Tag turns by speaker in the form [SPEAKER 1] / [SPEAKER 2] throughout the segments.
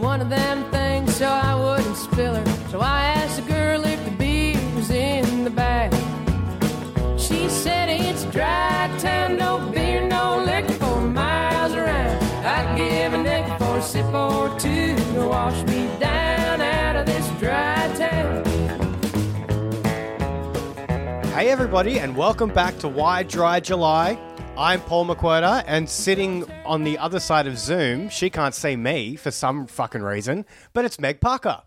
[SPEAKER 1] one of them things, so I wouldn't spill her. So I asked the girl if the beer was in the bag. She said it's dry town, no beer, no liquor for miles around. I'd give a nickel for a sip or two to wash me down out of this dry town.
[SPEAKER 2] Hey, everybody, and welcome back to Why Dry July. I'm Paul McWhirter, and sitting on the other side of Zoom, she can't see me for some fucking reason, but it's Meg Parker.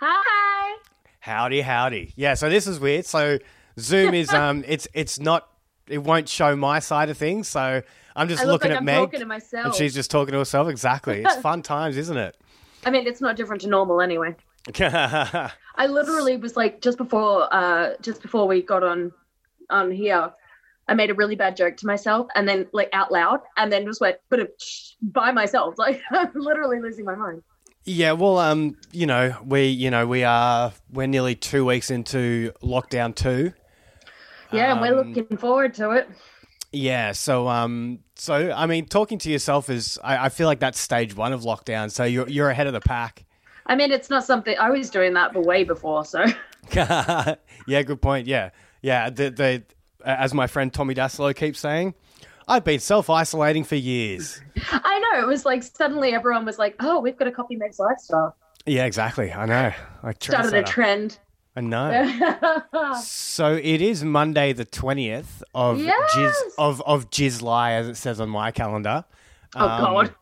[SPEAKER 3] Hi.
[SPEAKER 2] Howdy, howdy. Yeah, so this is weird. So Zoom is um, it's it's not, it won't show my side of things. So I'm just
[SPEAKER 3] I look
[SPEAKER 2] looking
[SPEAKER 3] like
[SPEAKER 2] at
[SPEAKER 3] I'm
[SPEAKER 2] Meg,
[SPEAKER 3] talking to myself.
[SPEAKER 2] and she's just talking to herself. Exactly. It's fun times, isn't it?
[SPEAKER 3] I mean, it's not different to normal anyway. I literally was like just before uh just before we got on on here, I made a really bad joke to myself and then like out loud and then just went but uh, by myself. Like I'm literally losing my mind.
[SPEAKER 2] Yeah, well, um, you know, we, you know, we are we're nearly two weeks into lockdown two.
[SPEAKER 3] Yeah, and we're looking forward to it.
[SPEAKER 2] Yeah, so, um, so I mean, talking to yourself is, I, I feel like that's stage one of lockdown. So you're you're ahead of the pack.
[SPEAKER 3] I mean, it's not something I was doing that but way before, so
[SPEAKER 2] yeah, good point. Yeah, yeah. The, the as my friend Tommy Daslow keeps saying, I've been self isolating for years.
[SPEAKER 3] I know it was like suddenly everyone was like, "Oh, we've got to copy Meg's lifestyle."
[SPEAKER 2] Yeah, exactly. I know. I
[SPEAKER 3] Started a trend.
[SPEAKER 2] I
[SPEAKER 3] Oh,
[SPEAKER 2] know. So it is Monday the twentieth of
[SPEAKER 3] Yes!
[SPEAKER 2] Jiz of of Jizly as it says on my calendar.
[SPEAKER 3] oh
[SPEAKER 2] Um,
[SPEAKER 3] God.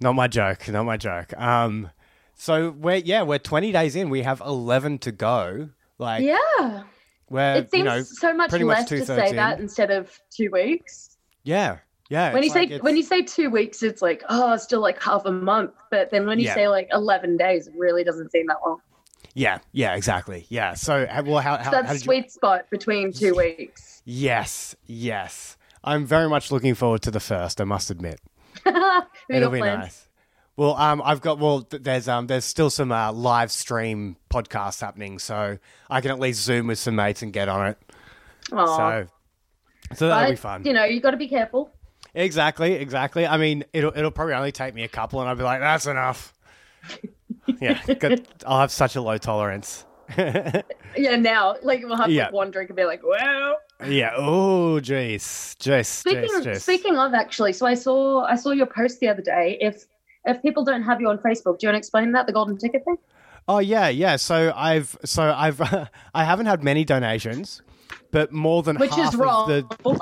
[SPEAKER 2] Not my joke. Not my joke. Um, so we're yeah we're twenty days in. We have eleven to go. Like
[SPEAKER 3] Yeah.
[SPEAKER 2] we're
[SPEAKER 3] It seems
[SPEAKER 2] Uh, you know,
[SPEAKER 3] so much
[SPEAKER 2] pretty
[SPEAKER 3] less to
[SPEAKER 2] two-thirds
[SPEAKER 3] say
[SPEAKER 2] in.
[SPEAKER 3] that instead of two weeks.
[SPEAKER 2] Yeah, yeah.
[SPEAKER 3] when you
[SPEAKER 2] it's like
[SPEAKER 3] say
[SPEAKER 2] it's-
[SPEAKER 3] when you say two weeks, it's like oh, it's still like half a month. But then when you
[SPEAKER 2] Yeah.
[SPEAKER 3] say like eleven days, it really doesn't seem that long.
[SPEAKER 2] yeah yeah exactly yeah. So ha- well how how,
[SPEAKER 3] So
[SPEAKER 2] how
[SPEAKER 3] That's
[SPEAKER 2] did you-
[SPEAKER 3] sweet spot between two weeks.
[SPEAKER 2] yes yes. I'm very much looking forward to the first. I must admit.
[SPEAKER 3] Who got
[SPEAKER 2] It'll be
[SPEAKER 3] planned?
[SPEAKER 2] nice. Well, um, I've got well. th- There's um, there's still some uh, live stream podcasts happening, so I can at least zoom with some mates and get on it.
[SPEAKER 3] Aw.
[SPEAKER 2] So, so
[SPEAKER 3] But,
[SPEAKER 2] that'll be fun.
[SPEAKER 3] You know, you got to be careful.
[SPEAKER 2] Exactly, exactly. I mean, it'll it'll probably only take me a couple, and I'll be like, that's enough. yeah, good. I'll have such a low tolerance.
[SPEAKER 3] Yeah, now like we'll have
[SPEAKER 2] Yeah.
[SPEAKER 3] like one drink and be like, well.
[SPEAKER 2] Yeah. Oh, jeez, jeez,
[SPEAKER 3] Speaking
[SPEAKER 2] jeez, jeez.
[SPEAKER 3] speaking of actually, so I saw I saw your post the other day. If if people don't have you on Facebook, do you want to explain that the golden ticket thing?
[SPEAKER 2] Oh yeah, yeah. So I've so I've I haven't had many donations, but more than
[SPEAKER 3] Which
[SPEAKER 2] half
[SPEAKER 3] is wrong.
[SPEAKER 2] of the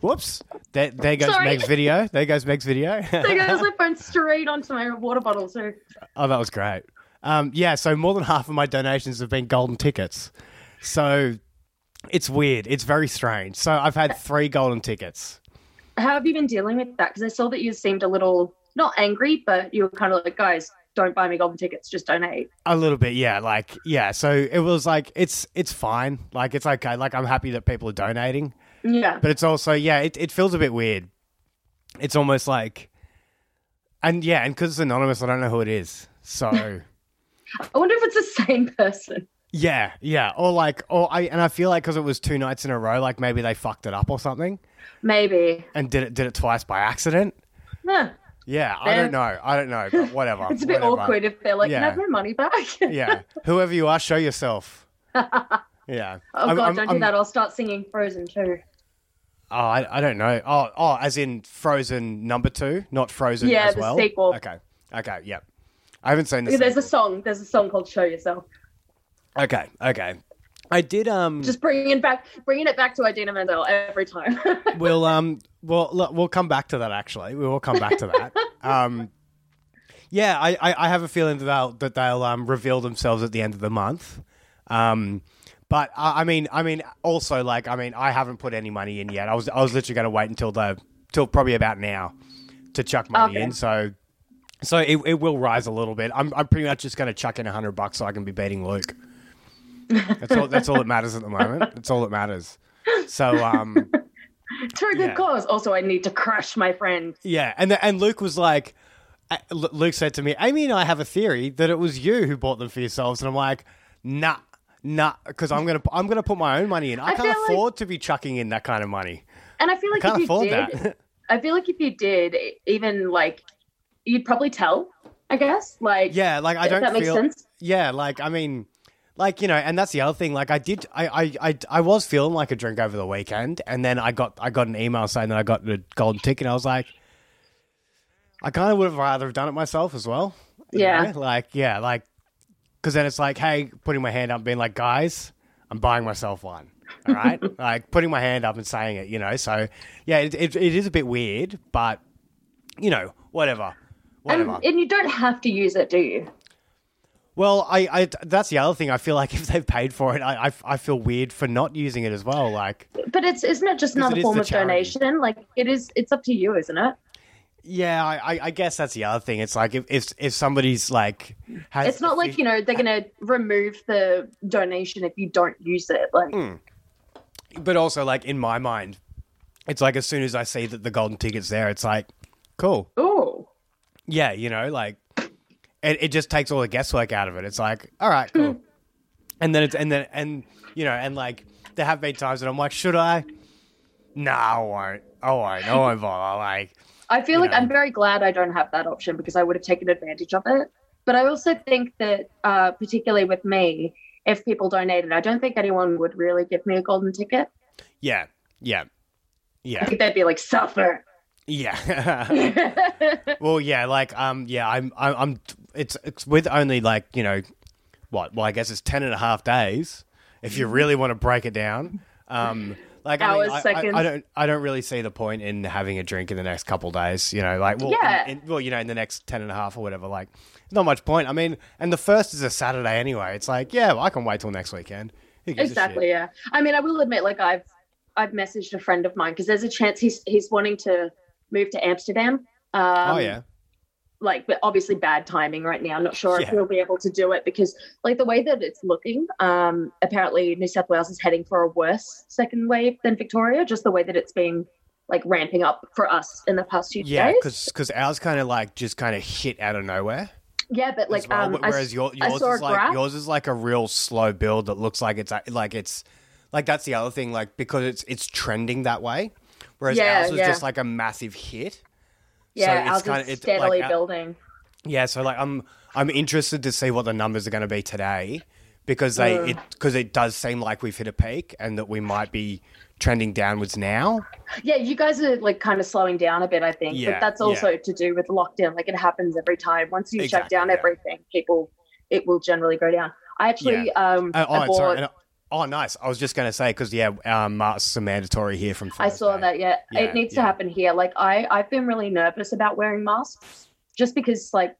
[SPEAKER 2] Whoops. There, there goes
[SPEAKER 3] Sorry.
[SPEAKER 2] Meg's video. There goes Meg's video.
[SPEAKER 3] There goes my phone straight onto my water bottle too.
[SPEAKER 2] oh, that was great. Um, yeah, so more than half of my donations have been golden tickets. So it's weird. It's very strange. So I've had three golden tickets.
[SPEAKER 3] How have you been dealing with that? Because I saw that you seemed a little not angry, but you were kind of like, guys, don't buy me golden tickets, just donate.
[SPEAKER 2] A little bit, yeah. Like, yeah. So it was like, it's it's fine. Like, it's okay. Like, I'm happy that people are donating.
[SPEAKER 3] Yeah,
[SPEAKER 2] but it's also yeah it, it feels a bit weird it's almost like and yeah and because it's anonymous i don't know who it is so
[SPEAKER 3] I wonder if it's the same person.
[SPEAKER 2] yeah yeah or like or i and i feel like because it was two nights in a row like maybe they fucked it up or something
[SPEAKER 3] Maybe.
[SPEAKER 2] and did it did it twice by accident
[SPEAKER 3] Yeah.
[SPEAKER 2] yeah i
[SPEAKER 3] Fair.
[SPEAKER 2] don't know i don't know but whatever
[SPEAKER 3] It's a bit
[SPEAKER 2] Uh, whatever.
[SPEAKER 3] awkward if they're like,
[SPEAKER 2] Yeah.
[SPEAKER 3] "Can I have my money back?"
[SPEAKER 2] yeah whoever you are show yourself yeah
[SPEAKER 3] oh
[SPEAKER 2] I'm-
[SPEAKER 3] god,
[SPEAKER 2] I'm-
[SPEAKER 3] don't
[SPEAKER 2] I'm-
[SPEAKER 3] do that. I'll start singing Frozen too.
[SPEAKER 2] oh I, I don't know oh oh as in frozen number two not frozen
[SPEAKER 3] Yeah,
[SPEAKER 2] as
[SPEAKER 3] the
[SPEAKER 2] well
[SPEAKER 3] sequel.
[SPEAKER 2] okay okay yep i haven't seen this
[SPEAKER 3] There's a song. There's a song called "Show Yourself."
[SPEAKER 2] Hmm. Okay, okay. I did um
[SPEAKER 3] Just bringing back, bringing it back to Idina Menzel every time.
[SPEAKER 2] we'll um we'll look, we'll come back to that actually. We will come back to that. um yeah, I, I, I have a feeling that they'll that they'll um reveal themselves at the end of the month. Um but I, I mean I mean also like I mean I haven't put any money in yet. I was I was literally gonna wait until the till probably about now to chuck money
[SPEAKER 3] Okay.
[SPEAKER 2] in, so so it, it will rise a little bit. I'm I'm pretty much just gonna chuck in hundred bucks so I can be beating Luke. That's all that's all that matters at the moment. That's all that matters. So um
[SPEAKER 3] to a good
[SPEAKER 2] Yeah.
[SPEAKER 3] cause. Also, I need to crush my friend.
[SPEAKER 2] Yeah, and the, and Luke was like, uh, Lu- Luke said to me, Amy and I have a theory that it was you who bought them for yourselves, and I'm like, nah, nah, because I'm gonna I'm gonna put my own money in. I,
[SPEAKER 3] I
[SPEAKER 2] can't
[SPEAKER 3] feel like-
[SPEAKER 2] afford to be chucking in that kind of money.
[SPEAKER 3] And I feel
[SPEAKER 2] I
[SPEAKER 3] like
[SPEAKER 2] can't
[SPEAKER 3] if you
[SPEAKER 2] afford
[SPEAKER 3] did, e,
[SPEAKER 2] that.
[SPEAKER 3] I feel like if you did, even like, you'd probably tell. I guess. Like,
[SPEAKER 2] Yeah, like I
[SPEAKER 3] If
[SPEAKER 2] don't
[SPEAKER 3] that makes
[SPEAKER 2] feel.
[SPEAKER 3] sense.
[SPEAKER 2] Yeah, like I mean, like you know, and that's the other thing. Like I did, I, I, I, I was feeling like a drink over the weekend, and then I got, I got an email saying that I got the golden ticket. and I was like, I kind of would have rather have done it myself as well. you
[SPEAKER 3] Yeah.
[SPEAKER 2] know? like yeah, like because then it's like, hey, putting my hand up, being like, guys, I'm buying myself one. All right, like putting my hand up and saying it, you know. So yeah, it, it, it is a bit weird, but you know, whatever,
[SPEAKER 3] and,
[SPEAKER 2] whatever.
[SPEAKER 3] and you don't have to use it, do you?
[SPEAKER 2] Well, I, I that's the other thing. I feel like if they've paid for it, I, I, I feel weird for not using it as well. Like,
[SPEAKER 3] But it's isn't it just another
[SPEAKER 2] it is
[SPEAKER 3] form
[SPEAKER 2] the
[SPEAKER 3] of
[SPEAKER 2] charity.
[SPEAKER 3] donation? Like it is. It's up to you, isn't it?
[SPEAKER 2] yeah, I, I, I guess that's the other thing. It's like if if, if somebody's like, has,
[SPEAKER 3] It's not like you know they're gonna remove the donation if you don't use it. Like
[SPEAKER 2] Hmm. But also, like in my mind, it's like as soon as I see that the golden ticket's there, it's like, cool.
[SPEAKER 3] oh,
[SPEAKER 2] Yeah, you know, like it, it just takes all the guesswork out of it. It's like, all right, cool. and then it's and then and you know, and like there have been times that I'm like, should I? Nah, I won't. I won't. I won't bother. Like.
[SPEAKER 3] I feel like
[SPEAKER 2] Yeah.
[SPEAKER 3] I'm very glad I don't have that option because I would have taken advantage of it. But I also think that, uh, particularly with me, if people donated, I don't think anyone would really give me a golden ticket.
[SPEAKER 2] Yeah, yeah,
[SPEAKER 3] I
[SPEAKER 2] yeah,
[SPEAKER 3] think they'd be like, suffer.
[SPEAKER 2] yeah. well, yeah, like um, yeah, I'm, I'm, I'm it's, it's with only like you know, what? Well, I guess it's ten and a half days if you really want to break it down. Um, like I, mean,
[SPEAKER 3] Hours,
[SPEAKER 2] I- I-
[SPEAKER 3] seconds.
[SPEAKER 2] I, don't, I don't really see the point in having a drink in the next couple days. You know, like well,
[SPEAKER 3] Yeah.
[SPEAKER 2] in, in- well, you know, in the next ten and a half or whatever. Like, not much point. I mean, and the first is a Saturday anyway. It's like, yeah, well, I can wait till next weekend. Who gives a shit?
[SPEAKER 3] exactly yeah i mean i will admit like i've i've messaged a friend of mine because there's a chance he's he's wanting to move to amsterdam um,
[SPEAKER 2] oh yeah,
[SPEAKER 3] like but obviously bad timing right now i'm not sure if
[SPEAKER 2] Yeah.
[SPEAKER 3] he'll be able to do it because like the way that it's looking um apparently new south wales is heading for a worse second wave than victoria just the way that it's been like ramping up for us in the past few
[SPEAKER 2] yeah,
[SPEAKER 3] days
[SPEAKER 2] because ours kind of like just kind of hit out of nowhere.
[SPEAKER 3] yeah but like
[SPEAKER 2] as well,
[SPEAKER 3] um
[SPEAKER 2] wh-
[SPEAKER 3] I s-
[SPEAKER 2] whereas your,
[SPEAKER 3] I
[SPEAKER 2] yours
[SPEAKER 3] saw
[SPEAKER 2] is
[SPEAKER 3] a
[SPEAKER 2] like
[SPEAKER 3] graph.
[SPEAKER 2] yours is like a real slow build that looks like it's a- like it's like that's the other thing like because it's it's trending that way whereas
[SPEAKER 3] Yeah,
[SPEAKER 2] ours was
[SPEAKER 3] yeah.
[SPEAKER 2] just like a massive hit
[SPEAKER 3] yeah
[SPEAKER 2] it's
[SPEAKER 3] ours
[SPEAKER 2] kinda-
[SPEAKER 3] is
[SPEAKER 2] it's like
[SPEAKER 3] steadily
[SPEAKER 2] our-
[SPEAKER 3] building
[SPEAKER 2] yeah so like i'm i'm interested to see what the numbers are going to be today because they
[SPEAKER 3] Mm.
[SPEAKER 2] it because it does seem like we've hit a peak and that we might be trending downwards now
[SPEAKER 3] Yeah, you guys are like kind of slowing down a bit, I think.
[SPEAKER 2] Yeah,
[SPEAKER 3] but that's also to do with lockdown. Like it happens every time. Once you shut
[SPEAKER 2] Exactly,
[SPEAKER 3] down
[SPEAKER 2] yeah.
[SPEAKER 3] everything, people it will generally go down. I actually um
[SPEAKER 2] Uh,
[SPEAKER 3] I
[SPEAKER 2] oh,
[SPEAKER 3] bought,
[SPEAKER 2] sorry, and- oh nice i was just going to say because yeah our masks are mandatory here from
[SPEAKER 3] I saw
[SPEAKER 2] Thursday.
[SPEAKER 3] that yeah.
[SPEAKER 2] Yeah,
[SPEAKER 3] it needs
[SPEAKER 2] yeah.
[SPEAKER 3] to happen here. Like I I've been really nervous about wearing masks just because like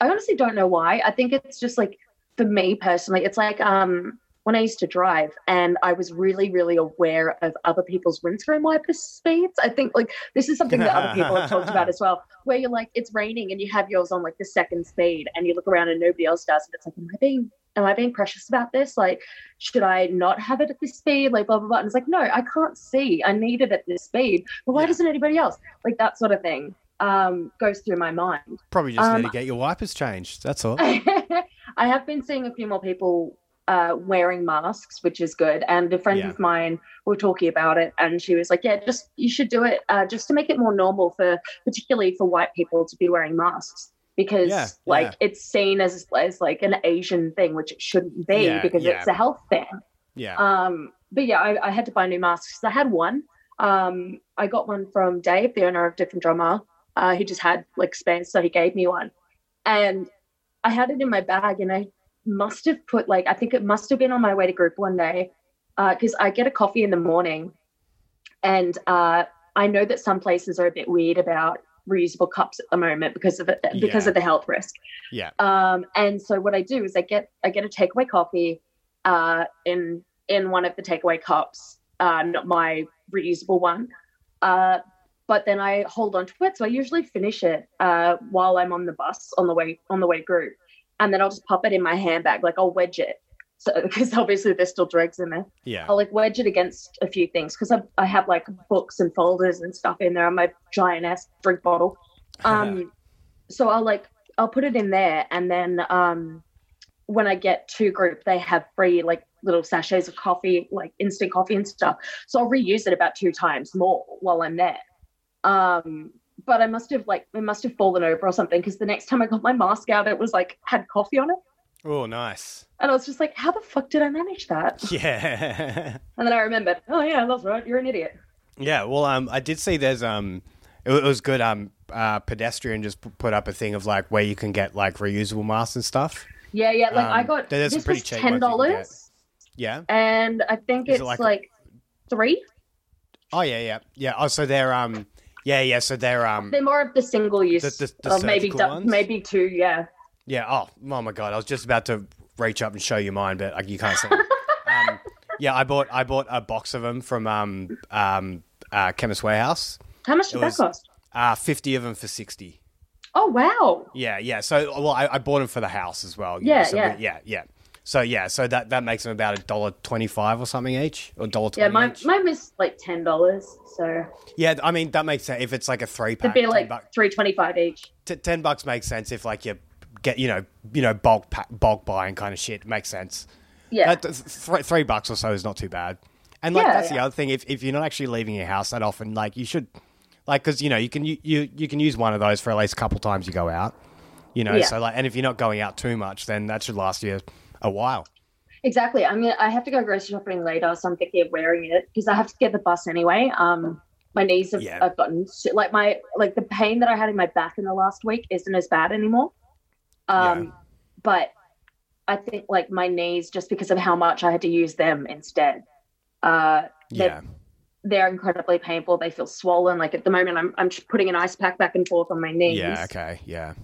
[SPEAKER 3] I honestly don't know why. I think it's just like for me personally, it's like um when I used to drive and I was really, really aware of other people's windscreen wiper speeds. I think like this is something that other people have talked about as well, where you're like, it's raining and you have yours on like the second speed and you look around and nobody else does. And it's like, am I being am I being precious about this? Like, should I not have it at this speed? Like, blah, blah, blah. And it's like, no, I can't see. I need it at this speed. But why
[SPEAKER 2] Yeah.
[SPEAKER 3] doesn't anybody else? Like, that sort of thing um, goes through my mind.
[SPEAKER 2] probably just
[SPEAKER 3] Um,
[SPEAKER 2] need to get your wipers changed that's all
[SPEAKER 3] I have been seeing a few more people uh, wearing masks, which is good. And a friend
[SPEAKER 2] Yeah.
[SPEAKER 3] of mine were talking about it, and she was like, "Yeah, just you should do it, uh, just to make it more normal for, particularly for white people, to be wearing masks." Because
[SPEAKER 2] Yeah,
[SPEAKER 3] like
[SPEAKER 2] yeah.
[SPEAKER 3] it's seen as as like an Asian thing, which it shouldn't be
[SPEAKER 2] Yeah,
[SPEAKER 3] because
[SPEAKER 2] yeah.
[SPEAKER 3] it's a health thing.
[SPEAKER 2] yeah
[SPEAKER 3] Um, but yeah, I, I had to buy new masks. I had one. Um, I got one from Dave, the owner of Different Drummer. Uh, he just had like space, so he gave me one. And I had it in my bag, and I must have put like I think it must have been on my way to group one day because I get a coffee in the morning, and uh, I know that some places are a bit weird about reusable cups at the moment because of it, because
[SPEAKER 2] Yeah.
[SPEAKER 3] of the health risk.
[SPEAKER 2] Yeah.
[SPEAKER 3] Um, and so what I do is I get I get a takeaway coffee uh, in in one of the takeaway cups, uh, not my reusable one. Uh, but then I hold on to it, so I usually finish it uh, while I'm on the bus on the way on the way to group, and then I'll just pop it in my handbag, like I'll wedge it, so because obviously there's still dregs in there.
[SPEAKER 2] yeah
[SPEAKER 3] I'll like wedge it against a few things because I, I have like books and folders and stuff in there on my giant ass drink bottle. Um, so I'll like I'll put it in there, and then um, when I get to group, they have free like little sachets of coffee, like instant coffee and stuff. So I'll reuse it about two times more while I'm there. Um, but I must have like it must have fallen over or something because the next time I got my mask out, it was like had coffee on it,
[SPEAKER 2] Oh, nice.
[SPEAKER 3] and I was just like, how the fuck did I manage that?
[SPEAKER 2] Yeah.
[SPEAKER 3] And then I remembered, oh yeah, that's right, you're an idiot.
[SPEAKER 2] Yeah, well, um, I did see there's um, it, wa- it was good. Um, uh, pedestrian just p- put up a thing of like where you can get like reusable masks and stuff.
[SPEAKER 3] Yeah, yeah, like I
[SPEAKER 2] Um,
[SPEAKER 3] got
[SPEAKER 2] there- there's
[SPEAKER 3] this
[SPEAKER 2] some pretty
[SPEAKER 3] was
[SPEAKER 2] cheap
[SPEAKER 3] ten
[SPEAKER 2] ones you can get.
[SPEAKER 3] dollars,
[SPEAKER 2] Yeah.
[SPEAKER 3] and I think
[SPEAKER 2] Is it
[SPEAKER 3] it's
[SPEAKER 2] like
[SPEAKER 3] like,
[SPEAKER 2] a-
[SPEAKER 3] three.
[SPEAKER 2] Oh yeah, yeah, yeah. Oh, so they're um, yeah, yeah. So they're um,
[SPEAKER 3] They're more of the single use,
[SPEAKER 2] The- the- the
[SPEAKER 3] or maybe
[SPEAKER 2] surgical
[SPEAKER 3] du-
[SPEAKER 2] ones?
[SPEAKER 3] maybe two. Yeah,
[SPEAKER 2] yeah. Oh, oh my god, I was just about to reach up and show you mine, but like you can't see. 'em. um, yeah, I bought I bought a box of them from um um uh, Chemist Warehouse.
[SPEAKER 3] how much did
[SPEAKER 2] It
[SPEAKER 3] that
[SPEAKER 2] was-
[SPEAKER 3] cost?
[SPEAKER 2] Uh, fifty of them for sixty.
[SPEAKER 3] Oh wow,
[SPEAKER 2] Yeah, yeah. So well, I, I bought them for the house as well. you
[SPEAKER 3] Yeah,
[SPEAKER 2] know, so
[SPEAKER 3] yeah.
[SPEAKER 2] we- yeah, yeah. So yeah, so that that makes them about a dollar twenty-five or something each, or dollar
[SPEAKER 3] yeah,
[SPEAKER 2] twenty.
[SPEAKER 3] mine
[SPEAKER 2] each.
[SPEAKER 3] mine was like ten dollars, so
[SPEAKER 2] yeah, I mean that makes sense if it's like a three
[SPEAKER 3] it'd
[SPEAKER 2] pack.
[SPEAKER 3] be
[SPEAKER 2] 10,
[SPEAKER 3] like
[SPEAKER 2] buck-
[SPEAKER 3] three twenty five each.
[SPEAKER 2] t- ten bucks makes sense if like you get you know you know bulk pa- bulk buying kind of shit makes sense.
[SPEAKER 3] Yeah,
[SPEAKER 2] Uh, th- th- three bucks or so is not too bad. And like
[SPEAKER 3] Yeah,
[SPEAKER 2] that's the
[SPEAKER 3] yeah.
[SPEAKER 2] other thing. If if you're not actually leaving your house that often, like you should, like because you know you can you, you you can use one of those for at least a couple times you go out. You know,
[SPEAKER 3] Yeah.
[SPEAKER 2] so like, and if you're not going out too much, then that should last you a while.
[SPEAKER 3] exactly. I mean, I have to go grocery shopping later, so I'm thinking of wearing it because I have to get the bus anyway. Um, my knees have,
[SPEAKER 2] Yeah.
[SPEAKER 3] have gotten so- like my like the pain that I had in my back in the last week isn't as bad anymore. Um,
[SPEAKER 2] Yeah.
[SPEAKER 3] but I think like my knees just because of how much I had to use them instead. Uh,
[SPEAKER 2] Yeah,
[SPEAKER 3] they're incredibly painful. They feel swollen. Like at the moment, I'm I'm just putting an ice pack back and forth on my knees.
[SPEAKER 2] yeah, okay, yeah,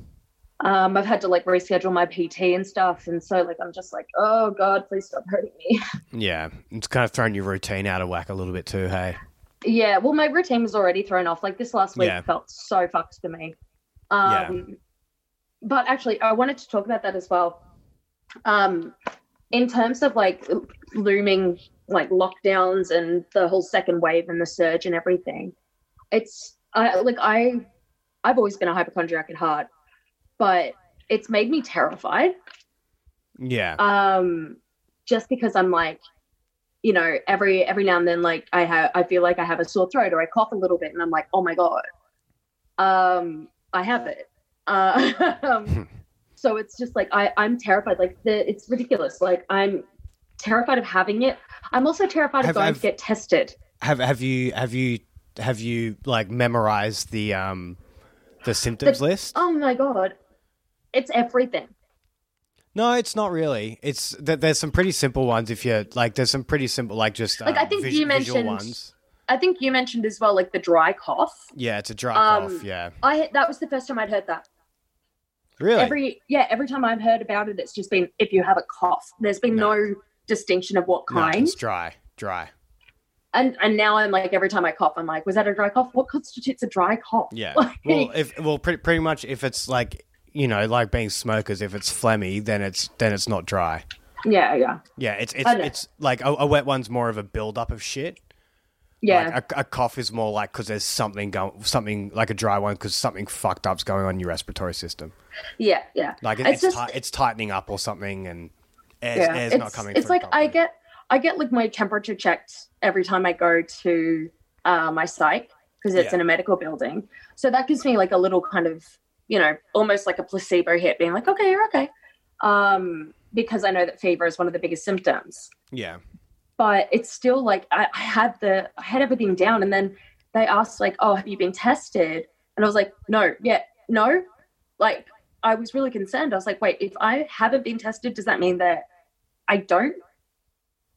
[SPEAKER 3] Um, I've had to like reschedule my PT and stuff, and so like I'm just like, oh god, please stop hurting me.
[SPEAKER 2] yeah. It's kind of thrown your routine out of whack a little bit too. Hey,
[SPEAKER 3] yeah, well, my routine was already thrown off. Like this last week
[SPEAKER 2] Yeah.
[SPEAKER 3] felt so fucked to me. Um, But actually, I wanted to talk about that as well. Um, in terms of like looming like lockdowns and the whole second wave and the surge and everything, it's I like I I've always been a hypochondriac at heart, but it's made me terrified.
[SPEAKER 2] yeah,
[SPEAKER 3] um just because i'm like you know every every now and then like i have i feel like i have a sore throat or i cough a little bit and i'm like oh my god um i have it uh, um, so it's just like i i'm terrified like the it's ridiculous like i'm terrified of having it i'm also terrified
[SPEAKER 2] Have-
[SPEAKER 3] of going
[SPEAKER 2] have-
[SPEAKER 3] to get tested
[SPEAKER 2] have have you have you have you like memorized the um the symptoms list?
[SPEAKER 3] oh my god it's everything
[SPEAKER 2] No, it's not really. It's th- there's some pretty simple ones if you're like there's some pretty simple like just
[SPEAKER 3] Like,
[SPEAKER 2] um,
[SPEAKER 3] I think
[SPEAKER 2] vis-
[SPEAKER 3] you
[SPEAKER 2] visual
[SPEAKER 3] mentioned-
[SPEAKER 2] ones.
[SPEAKER 3] i think you mentioned as well like the dry cough
[SPEAKER 2] Yeah, it's a dry
[SPEAKER 3] Um,
[SPEAKER 2] cough. Yeah,
[SPEAKER 3] i that was the first time i'd heard that
[SPEAKER 2] really.
[SPEAKER 3] every yeah every time i've heard about it it's just been if you have a cough there's been
[SPEAKER 2] No.
[SPEAKER 3] no, distinction of what
[SPEAKER 2] no,
[SPEAKER 3] kind
[SPEAKER 2] it's dry, dry.
[SPEAKER 3] and and now i'm like every time i cough i'm like was that a dry cough what constitutes a dry cough
[SPEAKER 2] Yeah.
[SPEAKER 3] Like-
[SPEAKER 2] well, if well, pretty pretty much if it's like you know like being smokers, if it's phlegmy, then it's then it's not dry.
[SPEAKER 3] yeah yeah
[SPEAKER 2] Yeah, it's it's
[SPEAKER 3] I know.
[SPEAKER 2] it's like a, a wet one's more of a buildup of shit.
[SPEAKER 3] yeah
[SPEAKER 2] Like a, a cough is more like because there's something going, something like a dry one because something fucked up's going on in your respiratory system.
[SPEAKER 3] yeah yeah
[SPEAKER 2] Like it,
[SPEAKER 3] It's
[SPEAKER 2] it's
[SPEAKER 3] just-
[SPEAKER 2] ti- it's tightening up or something, and air's,
[SPEAKER 3] yeah
[SPEAKER 2] air's
[SPEAKER 3] it's,
[SPEAKER 2] not coming.
[SPEAKER 3] it's
[SPEAKER 2] through
[SPEAKER 3] like i
[SPEAKER 2] properly.
[SPEAKER 3] get i get like my temperature checked every time i go to uh, my psych because it's
[SPEAKER 2] Yeah.
[SPEAKER 3] in a medical building so that gives me like a little kind of you know almost like a placebo hit being like okay you're okay um because i know that fever is one of the biggest symptoms
[SPEAKER 2] yeah.
[SPEAKER 3] but it's still like I, I had the I had everything down, and then they asked like, "Oh, have you been tested?" And I was like, "No, yeah, no." Like I was really concerned. I was like, "Wait, if I haven't been tested, does that mean that I don't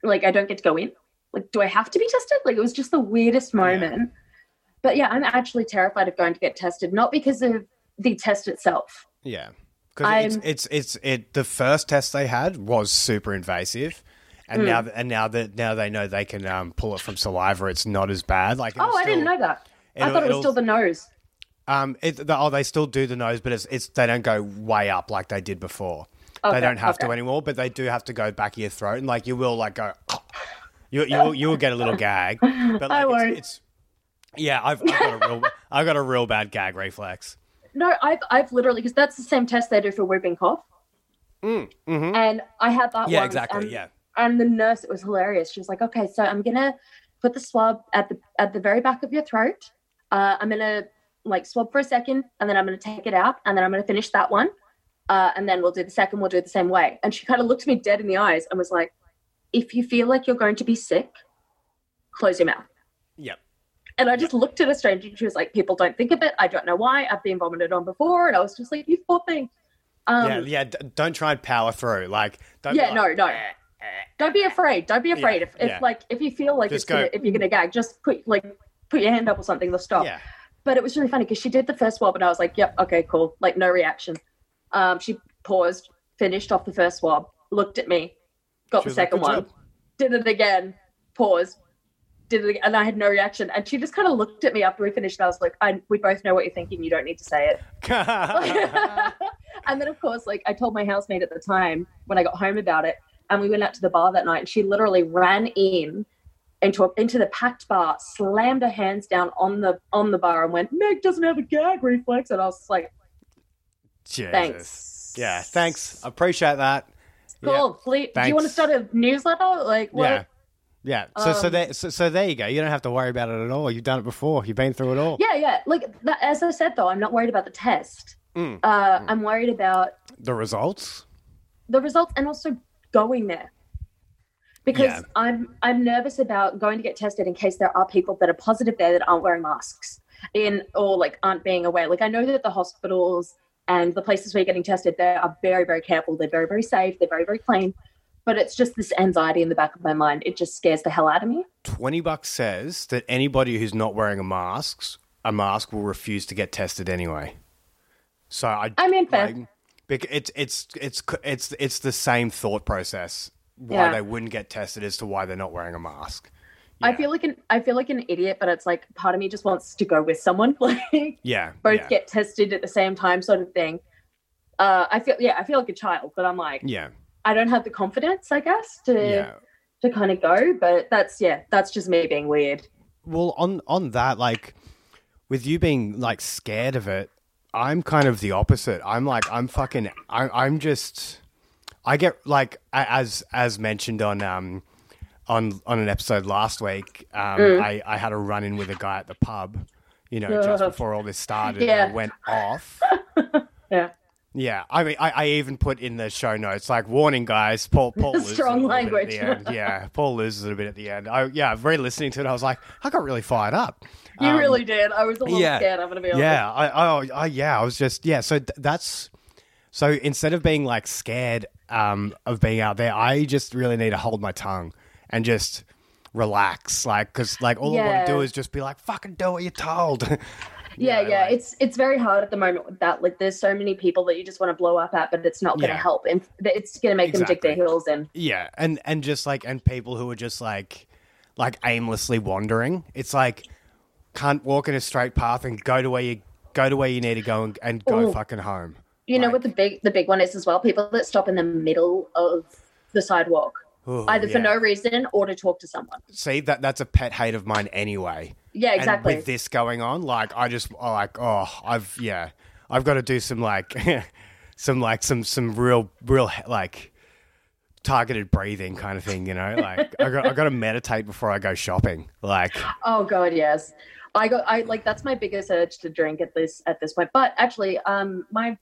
[SPEAKER 3] like I don't get to go in? Like, do I have to be tested?" Like it was just the weirdest moment. But yeah, I'm actually terrified of going to get tested, not because of the test itself.
[SPEAKER 2] Yeah, because
[SPEAKER 3] I'm-
[SPEAKER 2] it's, it's it's it. The first test they had was super invasive, and
[SPEAKER 3] Mm.
[SPEAKER 2] now and now that now they know they can um, pull it from saliva. It's not as bad. Like it'll
[SPEAKER 3] oh, I didn't
[SPEAKER 2] still-
[SPEAKER 3] know that. I
[SPEAKER 2] it'll-
[SPEAKER 3] thought it was
[SPEAKER 2] it'll-
[SPEAKER 3] still the nose.
[SPEAKER 2] um. It, the, oh, they still do the nose, but it's it's they don't go way up like they did before.
[SPEAKER 3] Okay,
[SPEAKER 2] they don't have
[SPEAKER 3] okay.
[SPEAKER 2] to anymore, but they do have to go back of your throat, and like you will like go. You you will, you will get a little gag, but like,
[SPEAKER 3] I
[SPEAKER 2] it's-
[SPEAKER 3] won't.
[SPEAKER 2] It's, yeah, I've, I've got a real I've got a real bad gag reflex.
[SPEAKER 3] No, I've I've literally because that's the same test they do for whooping cough.
[SPEAKER 2] Mm, hmm
[SPEAKER 3] And I had that
[SPEAKER 2] Yeah,
[SPEAKER 3] once,
[SPEAKER 2] exactly.
[SPEAKER 3] And,
[SPEAKER 2] Yeah,
[SPEAKER 3] and the nurse, it was hilarious. She was like, "Okay, so I'm gonna put the swab at the at the very back of your throat. Uh, I'm gonna like swab for a second and then I'm going to take it out and then I'm going to finish that one. Uh, and then we'll do the second, we'll do it the same way. And she kind of looked me dead in the eyes and was like, if you feel like you're going to be sick, close your mouth.
[SPEAKER 2] Yep.
[SPEAKER 3] And I just looked at a stranger and she was like, people don't think of it. I don't know why. I've been vomited on before. And I was just like, you poor thing. Um,
[SPEAKER 2] yeah, yeah. D- don't try and power through. Like, don't
[SPEAKER 3] yeah,
[SPEAKER 2] be
[SPEAKER 3] no,
[SPEAKER 2] like, "Eh,
[SPEAKER 3] no. Don't be afraid. Don't be afraid. if, if
[SPEAKER 2] yeah.
[SPEAKER 3] like if you feel like
[SPEAKER 2] Just
[SPEAKER 3] it's gonna,
[SPEAKER 2] go.
[SPEAKER 3] if you're gonna gag, just put like put your hand up or something. They'll stop.
[SPEAKER 2] Yeah,
[SPEAKER 3] But it was really funny because she did the first swab and I was like, "Yep, okay, cool." Like no reaction. Um, she paused, finished off the first swab, looked at me,
[SPEAKER 2] She
[SPEAKER 3] got the
[SPEAKER 2] was like,
[SPEAKER 3] second
[SPEAKER 2] "Good
[SPEAKER 3] one,
[SPEAKER 2] job."
[SPEAKER 3] did it again, paused, did it, ag- and I had no reaction. And she just kind of looked at me after we finished. And I was like, I, "We both know what you're thinking. You don't need to say it." and then of course like i told my housemate at the time when i got home about it and we went out to the bar that night and she literally ran in into, a, into the packed bar slammed her hands down on the on the bar and went meg doesn't have a gag reflex and i was like
[SPEAKER 2] Jesus.
[SPEAKER 3] thanks
[SPEAKER 2] Yeah, thanks. Appreciate that.
[SPEAKER 3] cool
[SPEAKER 2] Yeah.
[SPEAKER 3] Ple- do
[SPEAKER 2] Thanks.
[SPEAKER 3] you want to start a newsletter like what
[SPEAKER 2] Yeah. Yeah. So so
[SPEAKER 3] Um,
[SPEAKER 2] there so, so there you go. You don't have to worry about it at all. You've done it before. You've been through it all.
[SPEAKER 3] yeah yeah like that, as i said though i'm not worried about the test
[SPEAKER 2] Mm.
[SPEAKER 3] uh, i'm worried about
[SPEAKER 2] The results.
[SPEAKER 3] the results and also going there because
[SPEAKER 2] Yeah.
[SPEAKER 3] i'm i'm nervous about going to get tested in case there are people that are positive there that aren't wearing masks in or like aren't being aware like i know that the hospitals and the places where you're getting tested they are very very careful they're very very safe they're very very clean but it's just this anxiety in the back of my mind it just scares the hell out of me
[SPEAKER 2] Twenty bucks says that anybody who's not wearing a mask a mask will refuse to get tested anyway. So I
[SPEAKER 3] i mean fair
[SPEAKER 2] like, bec- it's it's it's c- it's it's the same thought process why
[SPEAKER 3] Yeah.
[SPEAKER 2] they wouldn't get tested as to why they're not wearing a mask.
[SPEAKER 3] i
[SPEAKER 2] yeah.
[SPEAKER 3] feel like an i feel like an idiot but it's like part of me just wants to go with someone like
[SPEAKER 2] Yeah.
[SPEAKER 3] both
[SPEAKER 2] yeah.
[SPEAKER 3] get tested at the same time sort of thing uh, I feel yeah, I feel like a child, but I'm like
[SPEAKER 2] yeah.
[SPEAKER 3] I don't have the confidence, I guess, to
[SPEAKER 2] Yeah.
[SPEAKER 3] to kind of go. But that's yeah, that's just me being weird.
[SPEAKER 2] well on on that like with you being like scared of it i'm kind of the opposite i'm like i'm fucking I, i'm just i get like a- as as mentioned on um on on an episode last week um i i had a run in with a guy at the pub you know just
[SPEAKER 3] Ugh.
[SPEAKER 2] before all this started and
[SPEAKER 3] Yeah.
[SPEAKER 2] i went off
[SPEAKER 3] Yeah,
[SPEAKER 2] yeah, I mean, I, I even put in the show notes like warning, guys. Paul, Paul loses
[SPEAKER 3] Strong
[SPEAKER 2] it a little bit
[SPEAKER 3] language.
[SPEAKER 2] at the end. Yeah, Paul loses it a bit at the end. I, yeah, re-listening to it, I was like, I got really fired up.
[SPEAKER 3] you
[SPEAKER 2] Um,
[SPEAKER 3] really did. I was a little
[SPEAKER 2] yeah.
[SPEAKER 3] scared. I'm gonna be honest.
[SPEAKER 2] Yeah, I, I, I, yeah, I was just, yeah. So th- that's, so instead of being like scared um, of being out there, I just really need to hold my tongue and just relax, like, because like all I want to
[SPEAKER 3] Yeah.
[SPEAKER 2] do is just be like, fucking do what you're told.
[SPEAKER 3] yeah,
[SPEAKER 2] Yeah,
[SPEAKER 3] yeah.
[SPEAKER 2] like-
[SPEAKER 3] It's it's very hard at the moment with that. Like, there's so many people that you just want to blow up at, but it's not gonna
[SPEAKER 2] Yeah.
[SPEAKER 3] help, and it's gonna make them dig
[SPEAKER 2] Exactly.
[SPEAKER 3] their heels in.
[SPEAKER 2] Yeah, and and just like and people who are just like like aimlessly wandering. It's like can't walk in a straight path and go to where you go to where you need to go and, and go
[SPEAKER 3] Ooh.
[SPEAKER 2] fucking home.
[SPEAKER 3] You know
[SPEAKER 2] Like-
[SPEAKER 3] what the big the big one is as well. People that stop in the middle of the sidewalk,
[SPEAKER 2] Ooh,
[SPEAKER 3] either for
[SPEAKER 2] Oh, yeah.
[SPEAKER 3] no reason or to talk to someone.
[SPEAKER 2] See that that's a pet hate of mine anyway.
[SPEAKER 3] Yeah,
[SPEAKER 2] And
[SPEAKER 3] exactly.
[SPEAKER 2] with this going on, like I just I like oh I've yeah I've got to do some like some like some some real real like targeted breathing kind of thing. You know, like I got I got to meditate before I go shopping. Like
[SPEAKER 3] Oh god, yes. I go I like that's my biggest urge to drink at this at this point. But actually, um my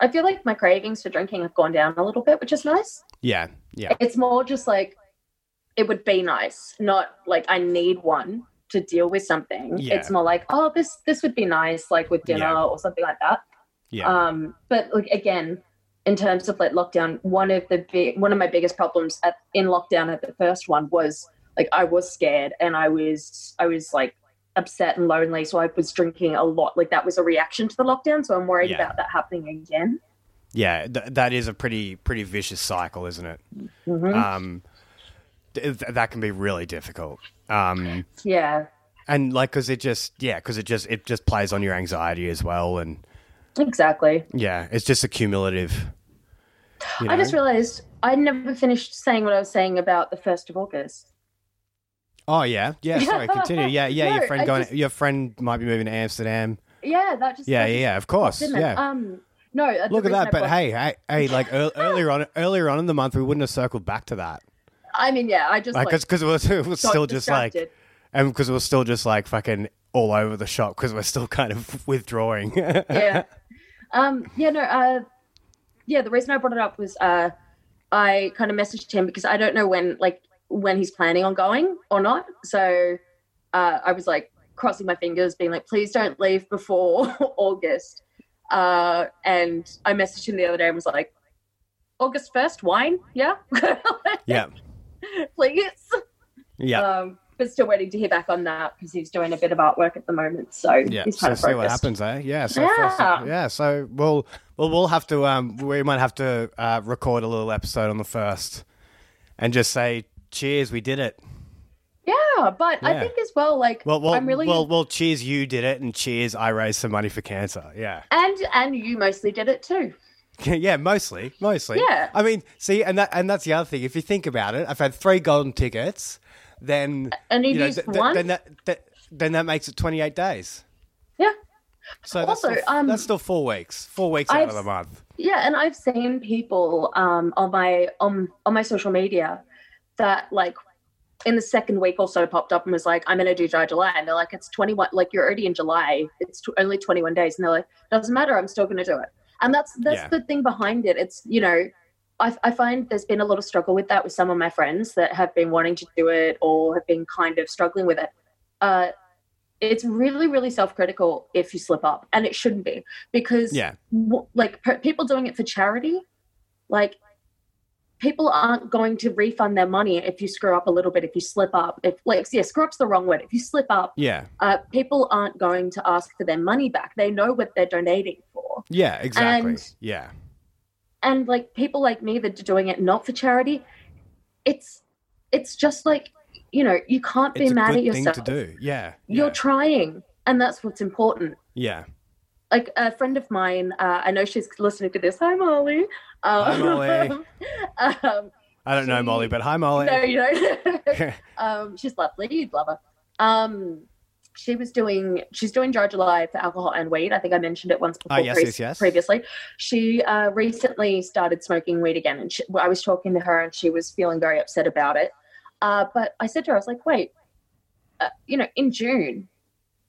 [SPEAKER 3] I feel like my cravings for drinking have gone down a little bit, which is nice.
[SPEAKER 2] yeah yeah
[SPEAKER 3] It's more just like it would be nice, not like I need one to deal with something.
[SPEAKER 2] Yeah.
[SPEAKER 3] It's more like, oh, this this would be nice, like with dinner
[SPEAKER 2] Yeah.
[SPEAKER 3] or something like that.
[SPEAKER 2] yeah.
[SPEAKER 3] Um, but like again, in terms of like lockdown, one of the big, one of my biggest problems at, in lockdown at the first one was like I was scared and I was I was like upset and lonely, so I was drinking a lot. Like that was a reaction to the lockdown, so I'm worried
[SPEAKER 2] Yeah.
[SPEAKER 3] about that happening again.
[SPEAKER 2] Yeah, th- that is a pretty pretty vicious cycle, isn't it?
[SPEAKER 3] Mhm.
[SPEAKER 2] Um, th- th- that can be really difficult. Um,
[SPEAKER 3] yeah,
[SPEAKER 2] and like, cause it just yeah, cause it just it just plays on your anxiety as well, and
[SPEAKER 3] exactly.
[SPEAKER 2] yeah, it's just a cumulative. you
[SPEAKER 3] I just
[SPEAKER 2] know?
[SPEAKER 3] realized I never finished saying what I was saying about the first of August.
[SPEAKER 2] oh yeah, yeah. Sorry, continue. Yeah, yeah. your
[SPEAKER 3] No,
[SPEAKER 2] friend
[SPEAKER 3] I
[SPEAKER 2] going.
[SPEAKER 3] just-
[SPEAKER 2] Your friend might be moving to Amsterdam.
[SPEAKER 3] Yeah, that just
[SPEAKER 2] Yeah,
[SPEAKER 3] that
[SPEAKER 2] yeah,
[SPEAKER 3] just
[SPEAKER 2] yeah. Of course.
[SPEAKER 3] didn't it?
[SPEAKER 2] Yeah.
[SPEAKER 3] Um, no, uh, the
[SPEAKER 2] Look at
[SPEAKER 3] reason
[SPEAKER 2] that.
[SPEAKER 3] I
[SPEAKER 2] But
[SPEAKER 3] brought-
[SPEAKER 2] hey, hey, hey. Like ear- earlier on, earlier on in the month, we wouldn't have circled back to that.
[SPEAKER 3] I mean, yeah, I just
[SPEAKER 2] Like,
[SPEAKER 3] like,
[SPEAKER 2] cause, 'cause it was, it was
[SPEAKER 3] got
[SPEAKER 2] still just like
[SPEAKER 3] distracted.
[SPEAKER 2] and because it was still just like fucking all over the shop because we're still kind of withdrawing.
[SPEAKER 3] yeah. Um, yeah, no, uh, yeah, the reason I brought it up was uh, I kind of messaged him because I don't know when, like, when he's planning on going or not. So uh, I was like crossing my fingers, being like, please don't leave before August. Uh, and I messaged him the other day and was like, August 1st, wine? Yeah.
[SPEAKER 2] yeah.
[SPEAKER 3] please.
[SPEAKER 2] Yeah.
[SPEAKER 3] Um, but still waiting to hear back on that because he's doing a bit of artwork at the moment. So
[SPEAKER 2] yeah,
[SPEAKER 3] he's
[SPEAKER 2] so
[SPEAKER 3] kind
[SPEAKER 2] see
[SPEAKER 3] of
[SPEAKER 2] what
[SPEAKER 3] focused.
[SPEAKER 2] happens, eh? Yeah, so
[SPEAKER 3] Yeah.
[SPEAKER 2] first- yeah. So we'll we'll we'll have to um we might have to uh, record a little episode on the first, and just say cheers, we did it.
[SPEAKER 3] Yeah, but I
[SPEAKER 2] Yeah.
[SPEAKER 3] think as well, like,
[SPEAKER 2] Well, well,
[SPEAKER 3] I'm really
[SPEAKER 2] well, well, cheers, you did it, and cheers, I raised some money for cancer. Yeah,
[SPEAKER 3] and and you mostly did it too.
[SPEAKER 2] yeah, mostly, mostly.
[SPEAKER 3] Yeah.
[SPEAKER 2] I mean, see, and that and that's the other thing. If you think about it, I've had three golden tickets, then
[SPEAKER 3] And you
[SPEAKER 2] you know,
[SPEAKER 3] used
[SPEAKER 2] th- th-
[SPEAKER 3] one.
[SPEAKER 2] then that, that then that makes it twenty eight days.
[SPEAKER 3] yeah,
[SPEAKER 2] So
[SPEAKER 3] Also,
[SPEAKER 2] that's still,
[SPEAKER 3] um,
[SPEAKER 2] that's still four weeks, four weeks out
[SPEAKER 3] I've
[SPEAKER 2] of the month.
[SPEAKER 3] yeah. And I've seen people um, on my on on my social media that like in the second week or so popped up and was like, "I'm going to do dry July," and they're like, "It's 21. Like you're already in July. It's tw- only 21 days," and they're like, "Doesn't matter. I'm still going to do it." And that's that's
[SPEAKER 2] Yeah.
[SPEAKER 3] the thing behind it. It's you know. I, I find there's been a lot of struggle with that with some of my friends that have been wanting to do it or have been kind of struggling with it. Uh, it's really, really self-critical if you slip up, and it shouldn't be because
[SPEAKER 2] Yeah,
[SPEAKER 3] wh- like per- people doing it for charity like people aren't going to refund their money if you screw up a little bit if you slip up if like yeah screw up's the wrong word if you slip up
[SPEAKER 2] yeah,
[SPEAKER 3] uh, people aren't going to ask for their money back they know what they're donating for
[SPEAKER 2] yeah, exactly.
[SPEAKER 3] And-
[SPEAKER 2] yeah,
[SPEAKER 3] and like people like me that are doing it not for charity it's it's just like you know you can't be
[SPEAKER 2] it's a
[SPEAKER 3] mad
[SPEAKER 2] good
[SPEAKER 3] at yourself
[SPEAKER 2] thing to do. Yeah,
[SPEAKER 3] you're
[SPEAKER 2] yeah.
[SPEAKER 3] trying and that's what's important
[SPEAKER 2] yeah.
[SPEAKER 3] like a friend of mine uh, i know she's listening to this hi molly um,
[SPEAKER 2] Hi, Molly.
[SPEAKER 3] um,
[SPEAKER 2] I don't know
[SPEAKER 3] She-
[SPEAKER 2] Molly, but hi Molly.
[SPEAKER 3] no you know um, she's lovely you'd love her um, she was doing she's doing jar july for alcohol and weed i think i mentioned it once before
[SPEAKER 2] Ah, yes, yes, yes.
[SPEAKER 3] previously she uh, recently started smoking weed again and she, i was talking to her and she was feeling very upset about it uh, but i said to her i was like wait uh, you know in june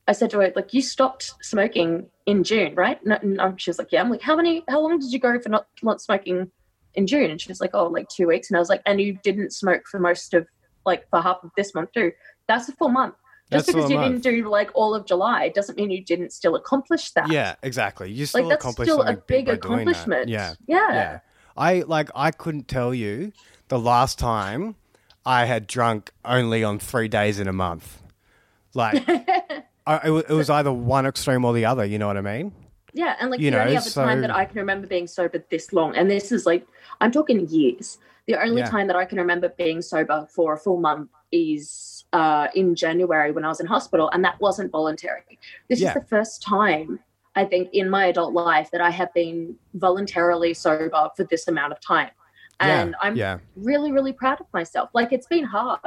[SPEAKER 3] i said to her like you stopped smoking in june right no, no she was like yeah i'm like how many how long did you go for not, not smoking in june and she was like oh like two weeks and i was like and you didn't smoke for most of like for half of this month too that's a full month just
[SPEAKER 2] That's
[SPEAKER 3] because
[SPEAKER 2] all
[SPEAKER 3] you
[SPEAKER 2] I'm
[SPEAKER 3] didn't do like all of July doesn't mean you didn't still accomplish that.
[SPEAKER 2] Yeah, exactly. You still
[SPEAKER 3] Like that's
[SPEAKER 2] accomplish
[SPEAKER 3] still a
[SPEAKER 2] something
[SPEAKER 3] big
[SPEAKER 2] by doing that.
[SPEAKER 3] accomplishment.
[SPEAKER 2] Yeah,
[SPEAKER 3] Yeah.
[SPEAKER 2] yeah. I like. I couldn't tell you the last time I had drunk only on three days in a month. Like, I, it, wa- it was either one extreme or the other. You know what I mean?
[SPEAKER 3] Yeah, And like
[SPEAKER 2] You
[SPEAKER 3] the only
[SPEAKER 2] know,
[SPEAKER 3] other time
[SPEAKER 2] so-
[SPEAKER 3] that I can remember being sober this long, and this is like I'm talking years. The only
[SPEAKER 2] Yeah.
[SPEAKER 3] time that I can remember being sober for a full month is uh, in January when I was in hospital, and that wasn't voluntary. This
[SPEAKER 2] Yeah.
[SPEAKER 3] is the first time I think in my adult life that I have been voluntarily sober for this amount of time, and
[SPEAKER 2] yeah,
[SPEAKER 3] I'm
[SPEAKER 2] yeah,
[SPEAKER 3] really, really proud of myself. Like it's been hard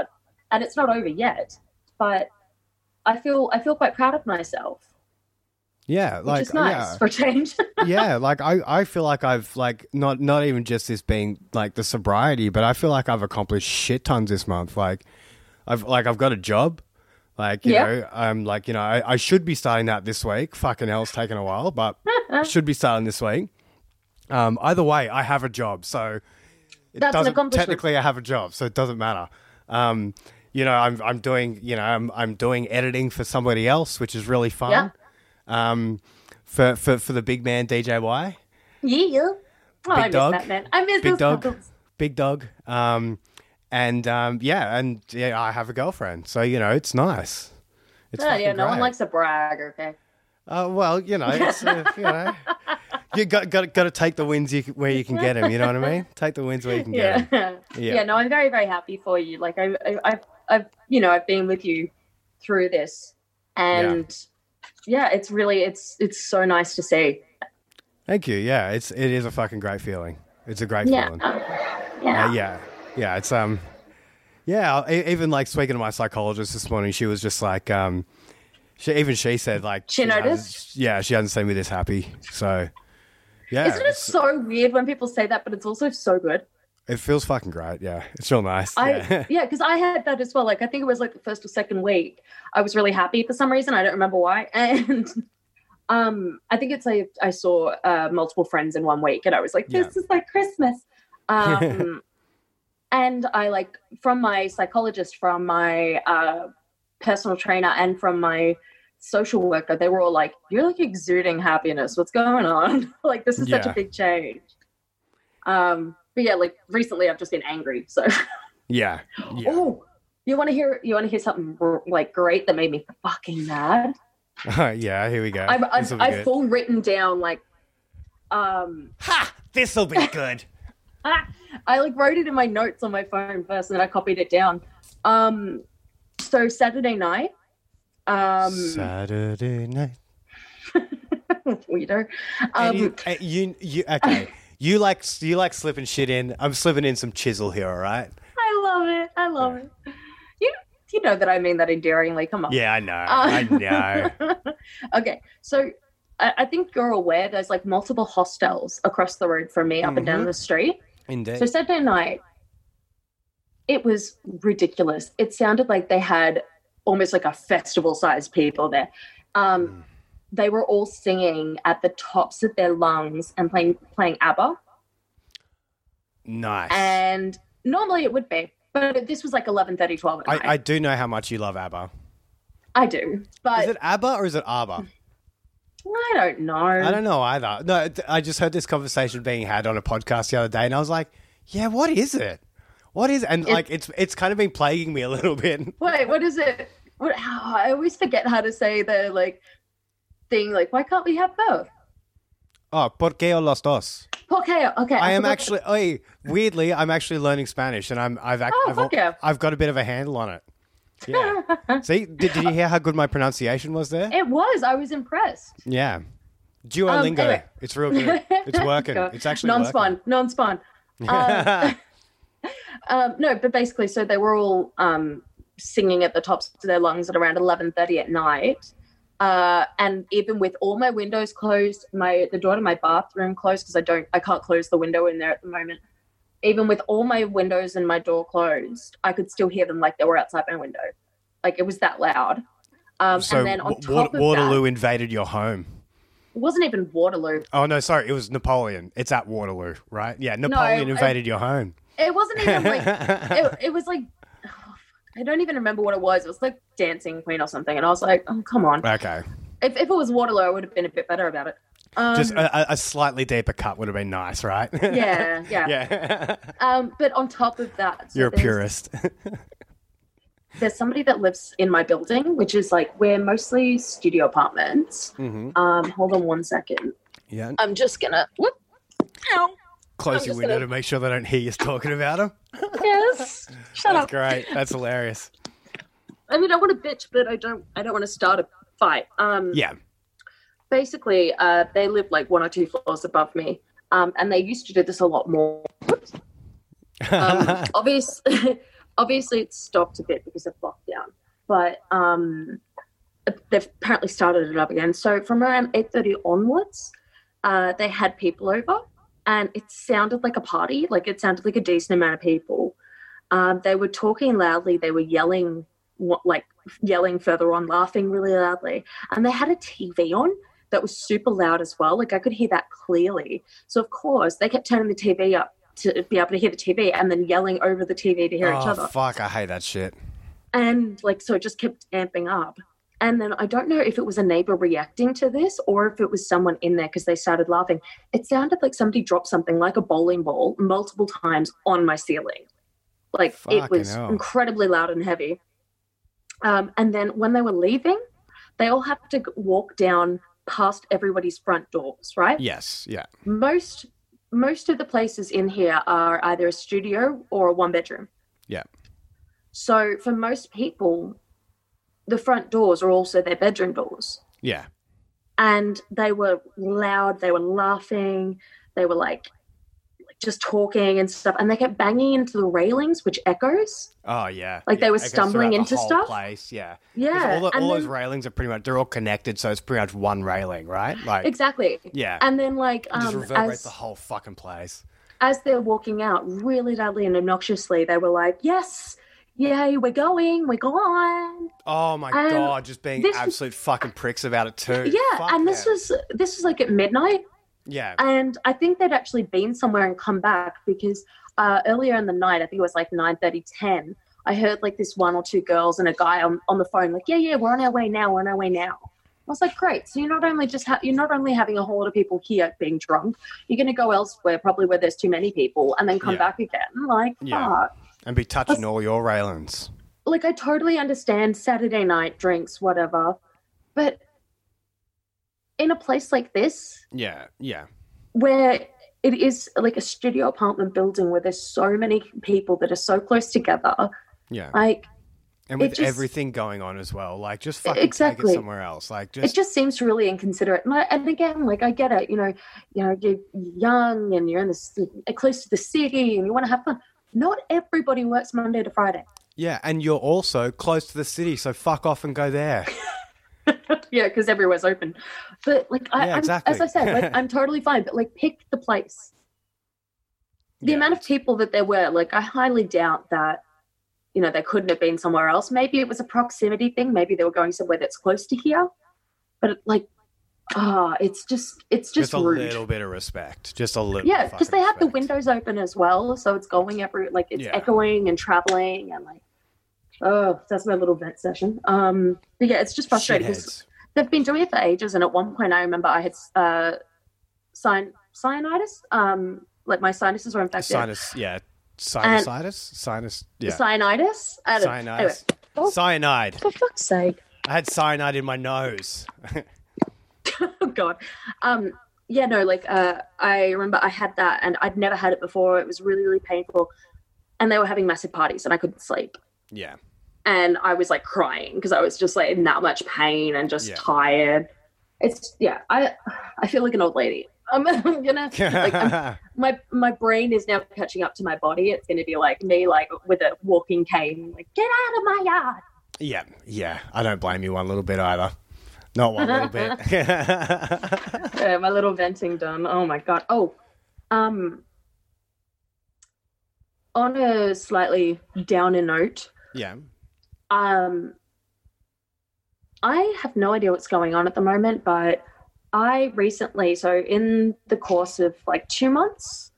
[SPEAKER 3] and it's not over yet, but I feel I feel quite proud of myself.
[SPEAKER 2] yeah.
[SPEAKER 3] Which
[SPEAKER 2] Like,
[SPEAKER 3] is nice
[SPEAKER 2] yeah.
[SPEAKER 3] for a change.
[SPEAKER 2] yeah like I, I feel like i've like not not even just this being like the sobriety but i feel like i've accomplished shit tons this month like i've like i've got a job like you
[SPEAKER 3] Yeah.
[SPEAKER 2] know i'm like you know I, I should be starting that this week fucking hell it's taken a while but should be starting this week um either way i have a job so it
[SPEAKER 3] That's an
[SPEAKER 2] doesn't
[SPEAKER 3] accomplishment.
[SPEAKER 2] technically i have a job so it doesn't matter um you know i'm i'm doing you know i'm i'm doing editing for somebody else which is really fun
[SPEAKER 3] Yeah.
[SPEAKER 2] um for, for, for the big man DJY,
[SPEAKER 3] yeah. Oh, I miss
[SPEAKER 2] dog.
[SPEAKER 3] that man. I miss
[SPEAKER 2] big
[SPEAKER 3] those
[SPEAKER 2] dog,
[SPEAKER 3] couples.
[SPEAKER 2] big dog. Um, and um, yeah, and yeah, I have a girlfriend, so you know it's nice. It's
[SPEAKER 3] Oh, yeah,
[SPEAKER 2] fucking
[SPEAKER 3] no one
[SPEAKER 2] great.
[SPEAKER 3] likes to brag, okay.
[SPEAKER 2] Uh, well, you know, it's, uh, you know, you got got got to take the wins you, c- where you can get them. You know what I mean? Take the wins where you can get
[SPEAKER 3] Yeah.
[SPEAKER 2] 'em.
[SPEAKER 3] yeah.
[SPEAKER 2] Yeah.
[SPEAKER 3] no, I'm very, very happy for you. Like I I I've, I've you know, I've been with you through this and yeah, it's really it's it's so nice to see.
[SPEAKER 2] Thank you. Yeah, it's it is a fucking great feeling. It's a great
[SPEAKER 3] Yeah.
[SPEAKER 2] feeling.
[SPEAKER 3] Yeah.
[SPEAKER 2] Uh, yeah, yeah. It's um, yeah. e- Even like speaking to my psychologist this morning, she was just like, um, she even she said like
[SPEAKER 3] She
[SPEAKER 2] hasn't-
[SPEAKER 3] noticed?
[SPEAKER 2] Yeah, she hasn't seen me this happy. So, yeah,
[SPEAKER 3] Isn't it
[SPEAKER 2] it's,
[SPEAKER 3] so weird when people say that, but it's also so good?
[SPEAKER 2] It feels fucking great. Yeah, it's real nice.
[SPEAKER 3] I
[SPEAKER 2] yeah.
[SPEAKER 3] yeah, because I had that as well. Like I think it was like the first or second week. I was really happy for some reason. I don't remember why. And um, I think it's like I saw uh, multiple friends in one week, and I was like,
[SPEAKER 2] Yeah.
[SPEAKER 3] this is like Christmas. Um, and I like from my psychologist, from my uh, personal trainer, and from my social worker, they were all like, "You're like exuding happiness. What's going on? like this is such
[SPEAKER 2] Yeah.
[SPEAKER 3] a big change." Um, but yeah, like recently, I've just been angry, so.
[SPEAKER 2] yeah. Yeah.
[SPEAKER 3] Oh, you want to hear? You want to hear something r- like great that made me fucking mad?
[SPEAKER 2] yeah, here we go.
[SPEAKER 3] I've I've,
[SPEAKER 2] This'll be
[SPEAKER 3] I've
[SPEAKER 2] good.
[SPEAKER 3] full written down like, um,
[SPEAKER 2] ha! This'll be good.
[SPEAKER 3] I like wrote it in my notes on my phone first, and then I copied it down. Um, so Saturday night, um,
[SPEAKER 2] Saturday night.
[SPEAKER 3] weirdo.
[SPEAKER 2] And you,
[SPEAKER 3] Um,
[SPEAKER 2] uh, you, you, okay. You like you like slipping shit in. I'm slipping in some chisel here, all right?
[SPEAKER 3] I love it. I love it. You you know that I mean that endearingly. Come on. Uh,
[SPEAKER 2] Yeah, I know. I know.
[SPEAKER 3] okay, so I, I think you're aware there's like multiple hostels across the road from me, up and
[SPEAKER 2] Mm-hmm.
[SPEAKER 3] down the street. So
[SPEAKER 2] Indeed.
[SPEAKER 3] Saturday night, it was ridiculous. It sounded like they had almost like a festival-sized people there. Um,
[SPEAKER 2] Hmm.
[SPEAKER 3] They were all singing at the tops of their lungs and playing playing ABBA.
[SPEAKER 2] Nice.
[SPEAKER 3] And normally it would be, but this was like 11:30, 12 at night.
[SPEAKER 2] I, I do know how much you love ABBA.
[SPEAKER 3] I do, but
[SPEAKER 2] Is it ABBA or is it ABBA?
[SPEAKER 3] I don't know.
[SPEAKER 2] I don't know either. No, th- I just heard this conversation being had on a podcast the other day, and I was like, "Yeah, what is it? What is?" And like, it's it's kind of been plaguing me a little bit.
[SPEAKER 3] Wait, what is it? What, how, I always forget how to say the like thing. Like, why can't we have both?
[SPEAKER 2] Oh, por qué o los dos?
[SPEAKER 3] Okay, okay.
[SPEAKER 2] I am
[SPEAKER 3] forgot-
[SPEAKER 2] actually, oi, weirdly, I'm actually learning Spanish, and I'm I've ac-
[SPEAKER 3] Oh,
[SPEAKER 2] I've,
[SPEAKER 3] fuck yeah.
[SPEAKER 2] I've got a bit of a handle on it. Yeah. See, did, did you hear how good my pronunciation was there?
[SPEAKER 3] It was. I was impressed.
[SPEAKER 2] Yeah. Duolingo.
[SPEAKER 3] anyway.
[SPEAKER 2] It's real good. It's working.
[SPEAKER 3] Go.
[SPEAKER 2] It's actually
[SPEAKER 3] non-spawn, non-spawn. Um,
[SPEAKER 2] working.
[SPEAKER 3] um, no, but basically, so they were all um, singing at the tops of their lungs at around eleven thirty at night, uh, and even with all my windows closed, my the door to my bathroom closed because I don't, I can't close the window in there at the moment. Even with all my windows and my door closed, I could still hear them like they were outside my window, like it was that loud. Um,
[SPEAKER 2] so
[SPEAKER 3] and then on
[SPEAKER 2] Wa-
[SPEAKER 3] top
[SPEAKER 2] Wa-
[SPEAKER 3] of
[SPEAKER 2] Waterloo
[SPEAKER 3] that,
[SPEAKER 2] invaded your home.
[SPEAKER 3] it wasn't even Waterloo.
[SPEAKER 2] Oh no, sorry, it was Napoleon. It's at Waterloo, right? Yeah, Napoleon
[SPEAKER 3] I-
[SPEAKER 2] invaded your home.
[SPEAKER 3] It wasn't even like it, it was like I don't even remember what it was. It was like Dancing Queen or something, and I was like, "Oh, come on!"
[SPEAKER 2] okay,
[SPEAKER 3] If, if it was Waterloo, I would have been a bit better about it. Um,
[SPEAKER 2] just uh, a, a- a slightly deeper cut would have been nice, right?
[SPEAKER 3] yeah, yeah.
[SPEAKER 2] yeah.
[SPEAKER 3] Um, but on top of that, so
[SPEAKER 2] You're a
[SPEAKER 3] there's-
[SPEAKER 2] purist.
[SPEAKER 3] There's somebody that lives in my building, which is like we're mostly studio apartments.
[SPEAKER 2] hmm
[SPEAKER 3] Um, hold on one second.
[SPEAKER 2] Yeah,
[SPEAKER 3] I'm just gonna whoop. Ow.
[SPEAKER 2] close your
[SPEAKER 3] I'm just
[SPEAKER 2] window
[SPEAKER 3] gonna-
[SPEAKER 2] to make sure they don't hear you talking about him.
[SPEAKER 3] Yes. Shut
[SPEAKER 2] That's
[SPEAKER 3] up.
[SPEAKER 2] great. That's hilarious.
[SPEAKER 3] I mean, I want to bitch, but I don't. I don't want to start a fight. Um,
[SPEAKER 2] Yeah.
[SPEAKER 3] basically uh, they live like one or two floors above me um, and they used to do this a lot more um, obvious, obviously it's stopped a bit because of lockdown but um, they've apparently started it up again so from around 8.30 onwards uh, they had people over and it sounded like a party like it sounded like a decent amount of people um, they were talking loudly they were yelling what, like yelling further on laughing really loudly and they had a tv on that was super loud as well like i could hear that clearly so of course they kept turning the tv up to be able to hear the tv and then yelling over the tv to hear each
[SPEAKER 2] oh
[SPEAKER 3] other
[SPEAKER 2] fuck! I hate that shit.
[SPEAKER 3] and like so it just kept amping up and then i don't know if it was a neighbor reacting to this or if it was someone in there because they started laughing it sounded like somebody dropped something like a bowling ball multiple times on my ceiling like it
[SPEAKER 2] Fucking
[SPEAKER 3] was
[SPEAKER 2] hell.
[SPEAKER 3] incredibly loud and heavy um, and then when they were leaving they all had to g- walk down past everybody's front doors right
[SPEAKER 2] Yes. Yeah.
[SPEAKER 3] most most of the places in here are either a studio or a one bedroom.
[SPEAKER 2] Yeah.
[SPEAKER 3] So for most people, the front doors are also their bedroom doors.
[SPEAKER 2] Yeah.
[SPEAKER 3] And they were loud, they were laughing, they were like like just talking and stuff. And they kept banging into the railings, which echoes.
[SPEAKER 2] Oh yeah.
[SPEAKER 3] Like, they
[SPEAKER 2] Yeah,
[SPEAKER 3] were
[SPEAKER 2] I guess throughout
[SPEAKER 3] stumbling
[SPEAKER 2] the
[SPEAKER 3] into
[SPEAKER 2] whole
[SPEAKER 3] stuff?
[SPEAKER 2] Place. Yeah. 'Cause
[SPEAKER 3] Yeah.
[SPEAKER 2] All, the,
[SPEAKER 3] and
[SPEAKER 2] all those
[SPEAKER 3] then-
[SPEAKER 2] railings are pretty much they're all connected, so it's pretty much one railing, right? Like.
[SPEAKER 3] exactly.
[SPEAKER 2] Yeah.
[SPEAKER 3] And then like
[SPEAKER 2] It just
[SPEAKER 3] um
[SPEAKER 2] reverberates
[SPEAKER 3] as,
[SPEAKER 2] the whole fucking place.
[SPEAKER 3] as they're walking out really loudly and obnoxiously, they were like, Yes, yay, we're going, we're gone.
[SPEAKER 2] Oh my
[SPEAKER 3] Um,
[SPEAKER 2] god, just being
[SPEAKER 3] this-
[SPEAKER 2] absolute fucking pricks about it too.
[SPEAKER 3] Yeah.
[SPEAKER 2] Fuck
[SPEAKER 3] and this
[SPEAKER 2] yeah.
[SPEAKER 3] was this was like at midnight.
[SPEAKER 2] yeah.
[SPEAKER 3] And I think they'd actually been somewhere and come back because uh, earlier in the night, I think it was like 9 10, I heard like this one or two girls and a guy on, on the phone, like, yeah, yeah, we're on our way now, we're on our way now. I was like, great. So you're not only just ha- you're not only having a whole lot of people here being drunk, you're going to go elsewhere, probably where there's too many people, and then come
[SPEAKER 2] Yeah.
[SPEAKER 3] back again. Like,
[SPEAKER 2] Yeah.
[SPEAKER 3] fuck
[SPEAKER 2] and be touching all your railings.
[SPEAKER 3] like I totally understand Saturday night drinks, whatever, but in a place like this
[SPEAKER 2] Yeah, yeah,
[SPEAKER 3] where it is like a studio apartment building where there's so many people that are so close together,
[SPEAKER 2] yeah.
[SPEAKER 3] like
[SPEAKER 2] And
[SPEAKER 3] it
[SPEAKER 2] with
[SPEAKER 3] just- E-,
[SPEAKER 2] everything going on as well, like just fucking take
[SPEAKER 3] Exactly.
[SPEAKER 2] it somewhere else. Like
[SPEAKER 3] it
[SPEAKER 2] just,
[SPEAKER 3] just seems really inconsiderate. And, I, and again, like I get it, you know, you know, you're young and you're in this close to the city and you want to have fun. Not everybody works Monday to Friday.
[SPEAKER 2] yeah. And you're also close to the city, so fuck off and go there.
[SPEAKER 3] yeah, because everywhere's open. But like, I,
[SPEAKER 2] Yeah,
[SPEAKER 3] I'm,
[SPEAKER 2] exactly.
[SPEAKER 3] as I said, like, I'm totally fine. But like, pick the place. The
[SPEAKER 2] Yeah.
[SPEAKER 3] amount of people that there were, like, I highly doubt that. You know, they couldn't have been somewhere else. Maybe it was a proximity thing. Maybe they were going somewhere that's close to here. But like, ah, it's just, it's just
[SPEAKER 2] Just a
[SPEAKER 3] rude.
[SPEAKER 2] little bit of respect, just a little.
[SPEAKER 3] yeah, because
[SPEAKER 2] fucking
[SPEAKER 3] they have the
[SPEAKER 2] respect.
[SPEAKER 3] windows open as well, so it's going every like it's
[SPEAKER 2] Yeah.
[SPEAKER 3] echoing and traveling and like. Oh, that's my little vent session. Um, but yeah, it's just frustrating. 'cause
[SPEAKER 2] Shitheads.
[SPEAKER 3] they've been doing it for ages and at one point i remember i had uh sin- cyanitis um like my sinuses were infected
[SPEAKER 2] Sinus, yeah. Sinusitis, sinus, yeah.
[SPEAKER 3] cyanitis I don't-
[SPEAKER 2] Cyanide.
[SPEAKER 3] anyway, Oh.
[SPEAKER 2] Cyanide.
[SPEAKER 3] for fuck's sake
[SPEAKER 2] I had cyanide in my nose.
[SPEAKER 3] oh god um yeah no like uh i remember i had that and i'd never had it before it was really really painful and they were having massive parties and i couldn't sleep
[SPEAKER 2] Yeah.
[SPEAKER 3] and i was like crying because i was just like in that much pain and just
[SPEAKER 2] Yeah.
[SPEAKER 3] tired it's yeah i i feel like an old lady i'm gonna like um, i'm my my brain is now catching up to my body. It's going to be like me, like with a walking cane, like get out of my yard.
[SPEAKER 2] yeah, yeah. I don't blame you one little bit either. Not one little bit.
[SPEAKER 3] Yeah, Uh, my little venting done. Oh my god. Oh, um, on a slightly downer note,
[SPEAKER 2] yeah.
[SPEAKER 3] um, I have no idea what's going on at the moment, but I recently, so in the course of like two months,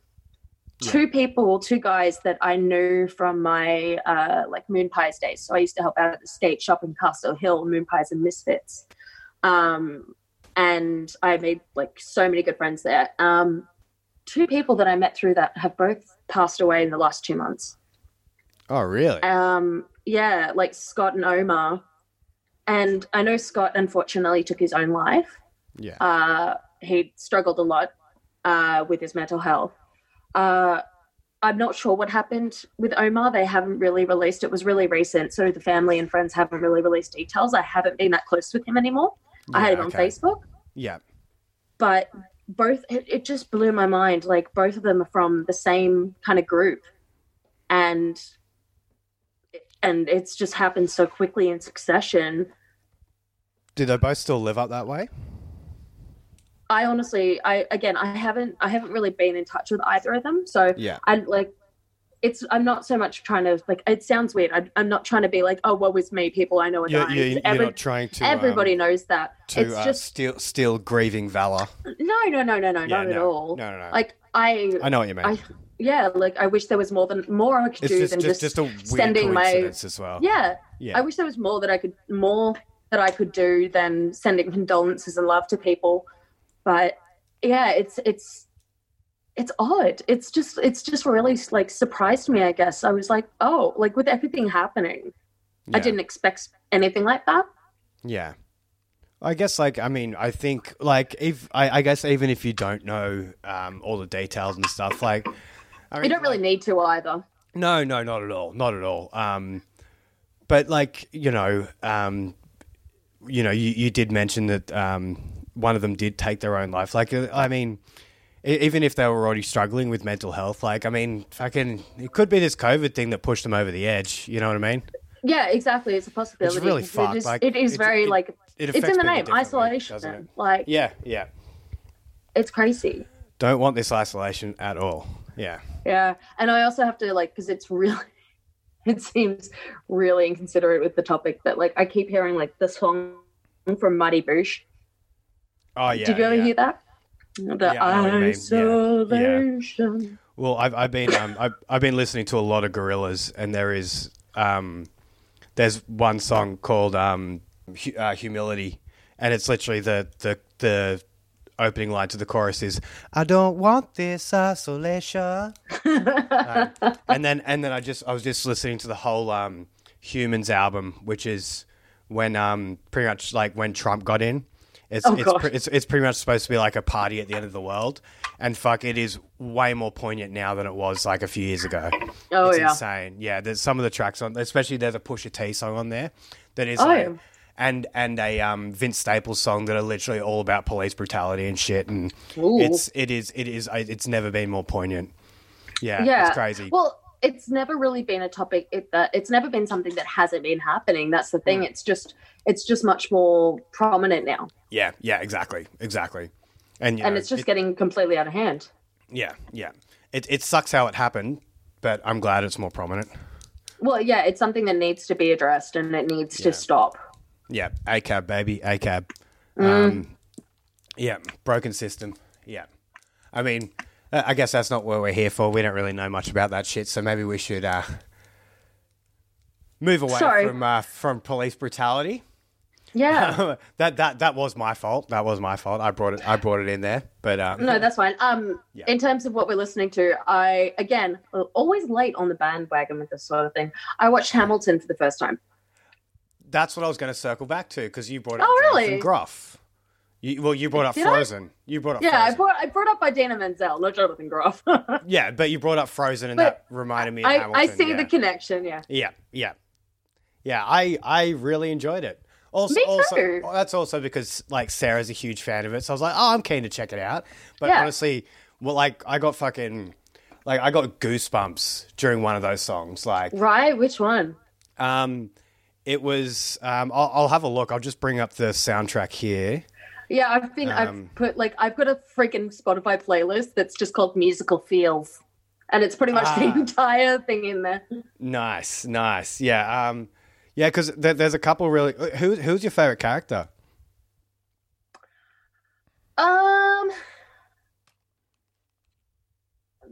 [SPEAKER 2] Yeah.
[SPEAKER 3] two people, two guys that I knew from my uh, like moon pies days. So I used to help out at the skate shop in Castle Hill, moon pies and misfits. Um, and I made like so many good friends there. Um, two people that I met through that have both passed away in the last two months
[SPEAKER 2] Oh, really?
[SPEAKER 3] um yeah like scott and omar and i know scott unfortunately took his own life
[SPEAKER 2] yeah.
[SPEAKER 3] uh he struggled a lot uh with his mental health uh i'm not sure what happened with omar they haven't really released it was really recent so the family and friends haven't really released details i haven't been that close with him anymore i had
[SPEAKER 2] Yeah,
[SPEAKER 3] him on
[SPEAKER 2] okay.
[SPEAKER 3] facebook
[SPEAKER 2] Yeah.
[SPEAKER 3] but both it, it just blew my mind like both of them are from the same kind of group and and it's just happened so quickly in succession
[SPEAKER 2] Do they both still live up that way?
[SPEAKER 3] i honestly i again i haven't i haven't really been in touch with either of them so
[SPEAKER 2] Yeah.
[SPEAKER 3] i like it's i'm not so much trying to like it sounds weird I, i'm not trying to be like oh woe is me people i know are
[SPEAKER 2] You're,
[SPEAKER 3] dying
[SPEAKER 2] you're, you're
[SPEAKER 3] Every-
[SPEAKER 2] not trying to. um,
[SPEAKER 3] everybody knows that
[SPEAKER 2] to
[SPEAKER 3] it's
[SPEAKER 2] uh,
[SPEAKER 3] just
[SPEAKER 2] steal, steal grieving valor.
[SPEAKER 3] no no no no no
[SPEAKER 2] Yeah,
[SPEAKER 3] not
[SPEAKER 2] no,
[SPEAKER 3] at all
[SPEAKER 2] No, no, no.
[SPEAKER 3] like i
[SPEAKER 2] I know what you mean.
[SPEAKER 3] I yeah, like I wish there was more than more I could
[SPEAKER 2] it's
[SPEAKER 3] do
[SPEAKER 2] just,
[SPEAKER 3] than
[SPEAKER 2] just,
[SPEAKER 3] just,
[SPEAKER 2] just a weird
[SPEAKER 3] sending my-
[SPEAKER 2] coincidence as well.
[SPEAKER 3] yeah,
[SPEAKER 2] Yeah.
[SPEAKER 3] I wish there was more that I could more that I could do than sending condolences and love to people. But yeah, it's it's it's odd. It's just it's just really like surprised me. I guess I was like, oh, like with everything happening,
[SPEAKER 2] yeah.
[SPEAKER 3] I didn't expect anything like that.
[SPEAKER 2] Yeah. I guess, like, I mean, I think, like, if I, I guess even if you don't know um, all the details and stuff, like, I
[SPEAKER 3] You don't really need to either.
[SPEAKER 2] No, no, not at all, not at all. Um, but like you know, um, you know, you, you did mention that um, one of them did take their own life. Like, uh, I mean, e- even if they were already struggling with mental health, like, I mean, fucking, it could be this COVID thing that pushed them over the edge. You know what I mean?
[SPEAKER 3] Yeah, exactly. It's a possibility.
[SPEAKER 2] really
[SPEAKER 3] It
[SPEAKER 2] fucked,
[SPEAKER 3] is-
[SPEAKER 2] like,
[SPEAKER 3] it is
[SPEAKER 2] it's-
[SPEAKER 3] very
[SPEAKER 2] it-
[SPEAKER 3] like
[SPEAKER 2] It
[SPEAKER 3] it's in
[SPEAKER 2] affects
[SPEAKER 3] the
[SPEAKER 2] people
[SPEAKER 3] name
[SPEAKER 2] differently, doesn't
[SPEAKER 3] isolation.
[SPEAKER 2] it?
[SPEAKER 3] Like
[SPEAKER 2] Yeah, yeah.
[SPEAKER 3] it's crazy.
[SPEAKER 2] Don't want this isolation at all. Yeah.
[SPEAKER 3] Yeah, and I also have to like because it's really, it seems really inconsiderate with the topic. But like, I keep hearing like the song from Muddy Boosh.
[SPEAKER 2] Oh yeah.
[SPEAKER 3] Did you ever
[SPEAKER 2] yeah.
[SPEAKER 3] hear that? The
[SPEAKER 2] Yeah, I know what you mean. Yeah. Yeah.
[SPEAKER 3] isolation.
[SPEAKER 2] Well, I've, I've been um, I've, I've been listening to a lot of gorillas, and there is um, there's one song called um, Hu- uh, "Humility," and it's literally the the the opening line to the chorus is "I don't want this isolation," Um, and then and then I just I was just listening to the whole um, Humans album, which is when um, pretty much like when Trump got in. It's
[SPEAKER 3] Oh,
[SPEAKER 2] it's,
[SPEAKER 3] God.
[SPEAKER 2] pre- it's it's pretty much supposed to be like a party at the end of the world, and fuck, it is way more poignant now than it was like a few years ago.
[SPEAKER 3] Oh,
[SPEAKER 2] it's
[SPEAKER 3] yeah.
[SPEAKER 2] insane. Yeah, there's some of the tracks on, especially there's a Pusha T song on there that is
[SPEAKER 3] Oh,
[SPEAKER 2] like-
[SPEAKER 3] yeah.
[SPEAKER 2] and and a um, Vince Staples song that are literally all about police brutality and shit, and
[SPEAKER 3] Ooh.
[SPEAKER 2] it's it is it is I- it's never been more poignant. Yeah, it's crazy.
[SPEAKER 3] Well, it's never really been a topic. It, that it's never been something that hasn't been happening. That's the
[SPEAKER 2] Mm.
[SPEAKER 3] thing. It's just it's just much more prominent now,
[SPEAKER 2] yeah, yeah, exactly, exactly, and you
[SPEAKER 3] and
[SPEAKER 2] know,
[SPEAKER 3] it's just
[SPEAKER 2] it-
[SPEAKER 3] getting completely out of hand.
[SPEAKER 2] yeah, yeah. It it sucks how it happened, but I'm glad it's more prominent.
[SPEAKER 3] Well, yeah, it's something that needs to be addressed, and it needs
[SPEAKER 2] Yeah.
[SPEAKER 3] to stop.
[SPEAKER 2] Yeah, ACAB, baby, ACAB.
[SPEAKER 3] Mm.
[SPEAKER 2] Um, yeah, broken system. Yeah. I mean, I I guess that's not what we're here for. We don't really know much about that shit, so maybe we should uh, move away
[SPEAKER 3] Sorry.
[SPEAKER 2] from uh, from police brutality.
[SPEAKER 3] Yeah.
[SPEAKER 2] that that that was my fault. That was my fault. I brought it. I brought it in there, but um,
[SPEAKER 3] No, that's fine. Um,
[SPEAKER 2] Yeah.
[SPEAKER 3] in terms of what we're listening to, I again always late on the bandwagon with this sort of thing. I watched Hamilton for the first time.
[SPEAKER 2] that's what I was going to circle back to because you brought up
[SPEAKER 3] Oh,
[SPEAKER 2] Jonathan
[SPEAKER 3] really?
[SPEAKER 2] Groff. You, well, you brought up
[SPEAKER 3] Did I?
[SPEAKER 2] Frozen. You brought up
[SPEAKER 3] Yeah, I
[SPEAKER 2] Frozen.
[SPEAKER 3] brought I brought up by Dana Menzel, not Jonathan Groff. I,
[SPEAKER 2] yeah, but you brought up Frozen, and
[SPEAKER 3] But
[SPEAKER 2] that reminded me. Of
[SPEAKER 3] I
[SPEAKER 2] Hamilton,
[SPEAKER 3] see
[SPEAKER 2] yeah.
[SPEAKER 3] the connection. Yeah.
[SPEAKER 2] Yeah, yeah, yeah. I I really enjoyed it. Also,
[SPEAKER 3] Me
[SPEAKER 2] also
[SPEAKER 3] too.
[SPEAKER 2] oh, that's also because like Sarah's a huge fan of it, so I was like, oh, I'm keen to check it out. But
[SPEAKER 3] Yeah.
[SPEAKER 2] honestly, well, like I got fucking like I got goosebumps during one of those songs. Like,
[SPEAKER 3] Right? Which one?
[SPEAKER 2] um, it was um, I'll, I'll have a look. I'll just bring up the soundtrack here.
[SPEAKER 3] Yeah, I've been.
[SPEAKER 2] Um,
[SPEAKER 3] I've put like I've got a freaking Spotify playlist that's just called musical feels, and it's pretty much
[SPEAKER 2] Ah.
[SPEAKER 3] the entire thing in there.
[SPEAKER 2] Nice, nice. Yeah, um, yeah. Because there, there's a couple really. uh, Who, who's your favorite character?
[SPEAKER 3] Um,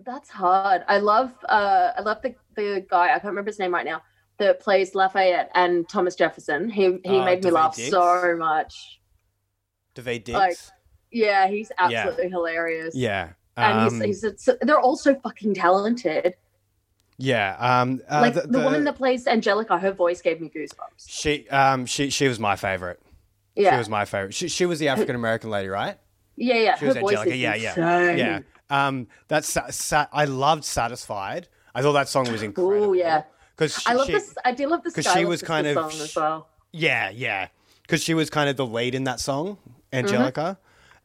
[SPEAKER 3] that's hard. I love. Uh, I love the the guy. I can't remember his name right now. That plays Lafayette and Thomas Jefferson. He he
[SPEAKER 2] Uh,
[SPEAKER 3] made me
[SPEAKER 2] Davey
[SPEAKER 3] laugh
[SPEAKER 2] Diggs?
[SPEAKER 3] so much.
[SPEAKER 2] Davey Diggs.
[SPEAKER 3] Like- Yeah, he's
[SPEAKER 2] Yeah.
[SPEAKER 3] absolutely hilarious.
[SPEAKER 2] yeah.
[SPEAKER 3] And
[SPEAKER 2] um,
[SPEAKER 3] he's, he's, they're all so fucking talented.
[SPEAKER 2] yeah. Um, uh,
[SPEAKER 3] like the, woman that plays Angelica, her voice gave me goosebumps.
[SPEAKER 2] She um she she was my favorite.
[SPEAKER 3] Yeah,
[SPEAKER 2] She was my favorite. She she was the African American lady, right?
[SPEAKER 3] yeah, yeah.
[SPEAKER 2] She
[SPEAKER 3] her
[SPEAKER 2] was
[SPEAKER 3] voice
[SPEAKER 2] Angelica.
[SPEAKER 3] is
[SPEAKER 2] Yeah, yeah.
[SPEAKER 3] insane.
[SPEAKER 2] Yeah. Um that's sa- sa- I loved Satisfied. I thought that song was incredible.
[SPEAKER 3] Ooh, yeah.
[SPEAKER 2] Cuz
[SPEAKER 3] I love this. I do love this
[SPEAKER 2] 'cause
[SPEAKER 3] because
[SPEAKER 2] she was kind of-
[SPEAKER 3] song as well.
[SPEAKER 2] Yeah, yeah. Cuz she was kind of the lead in that song, Angelica.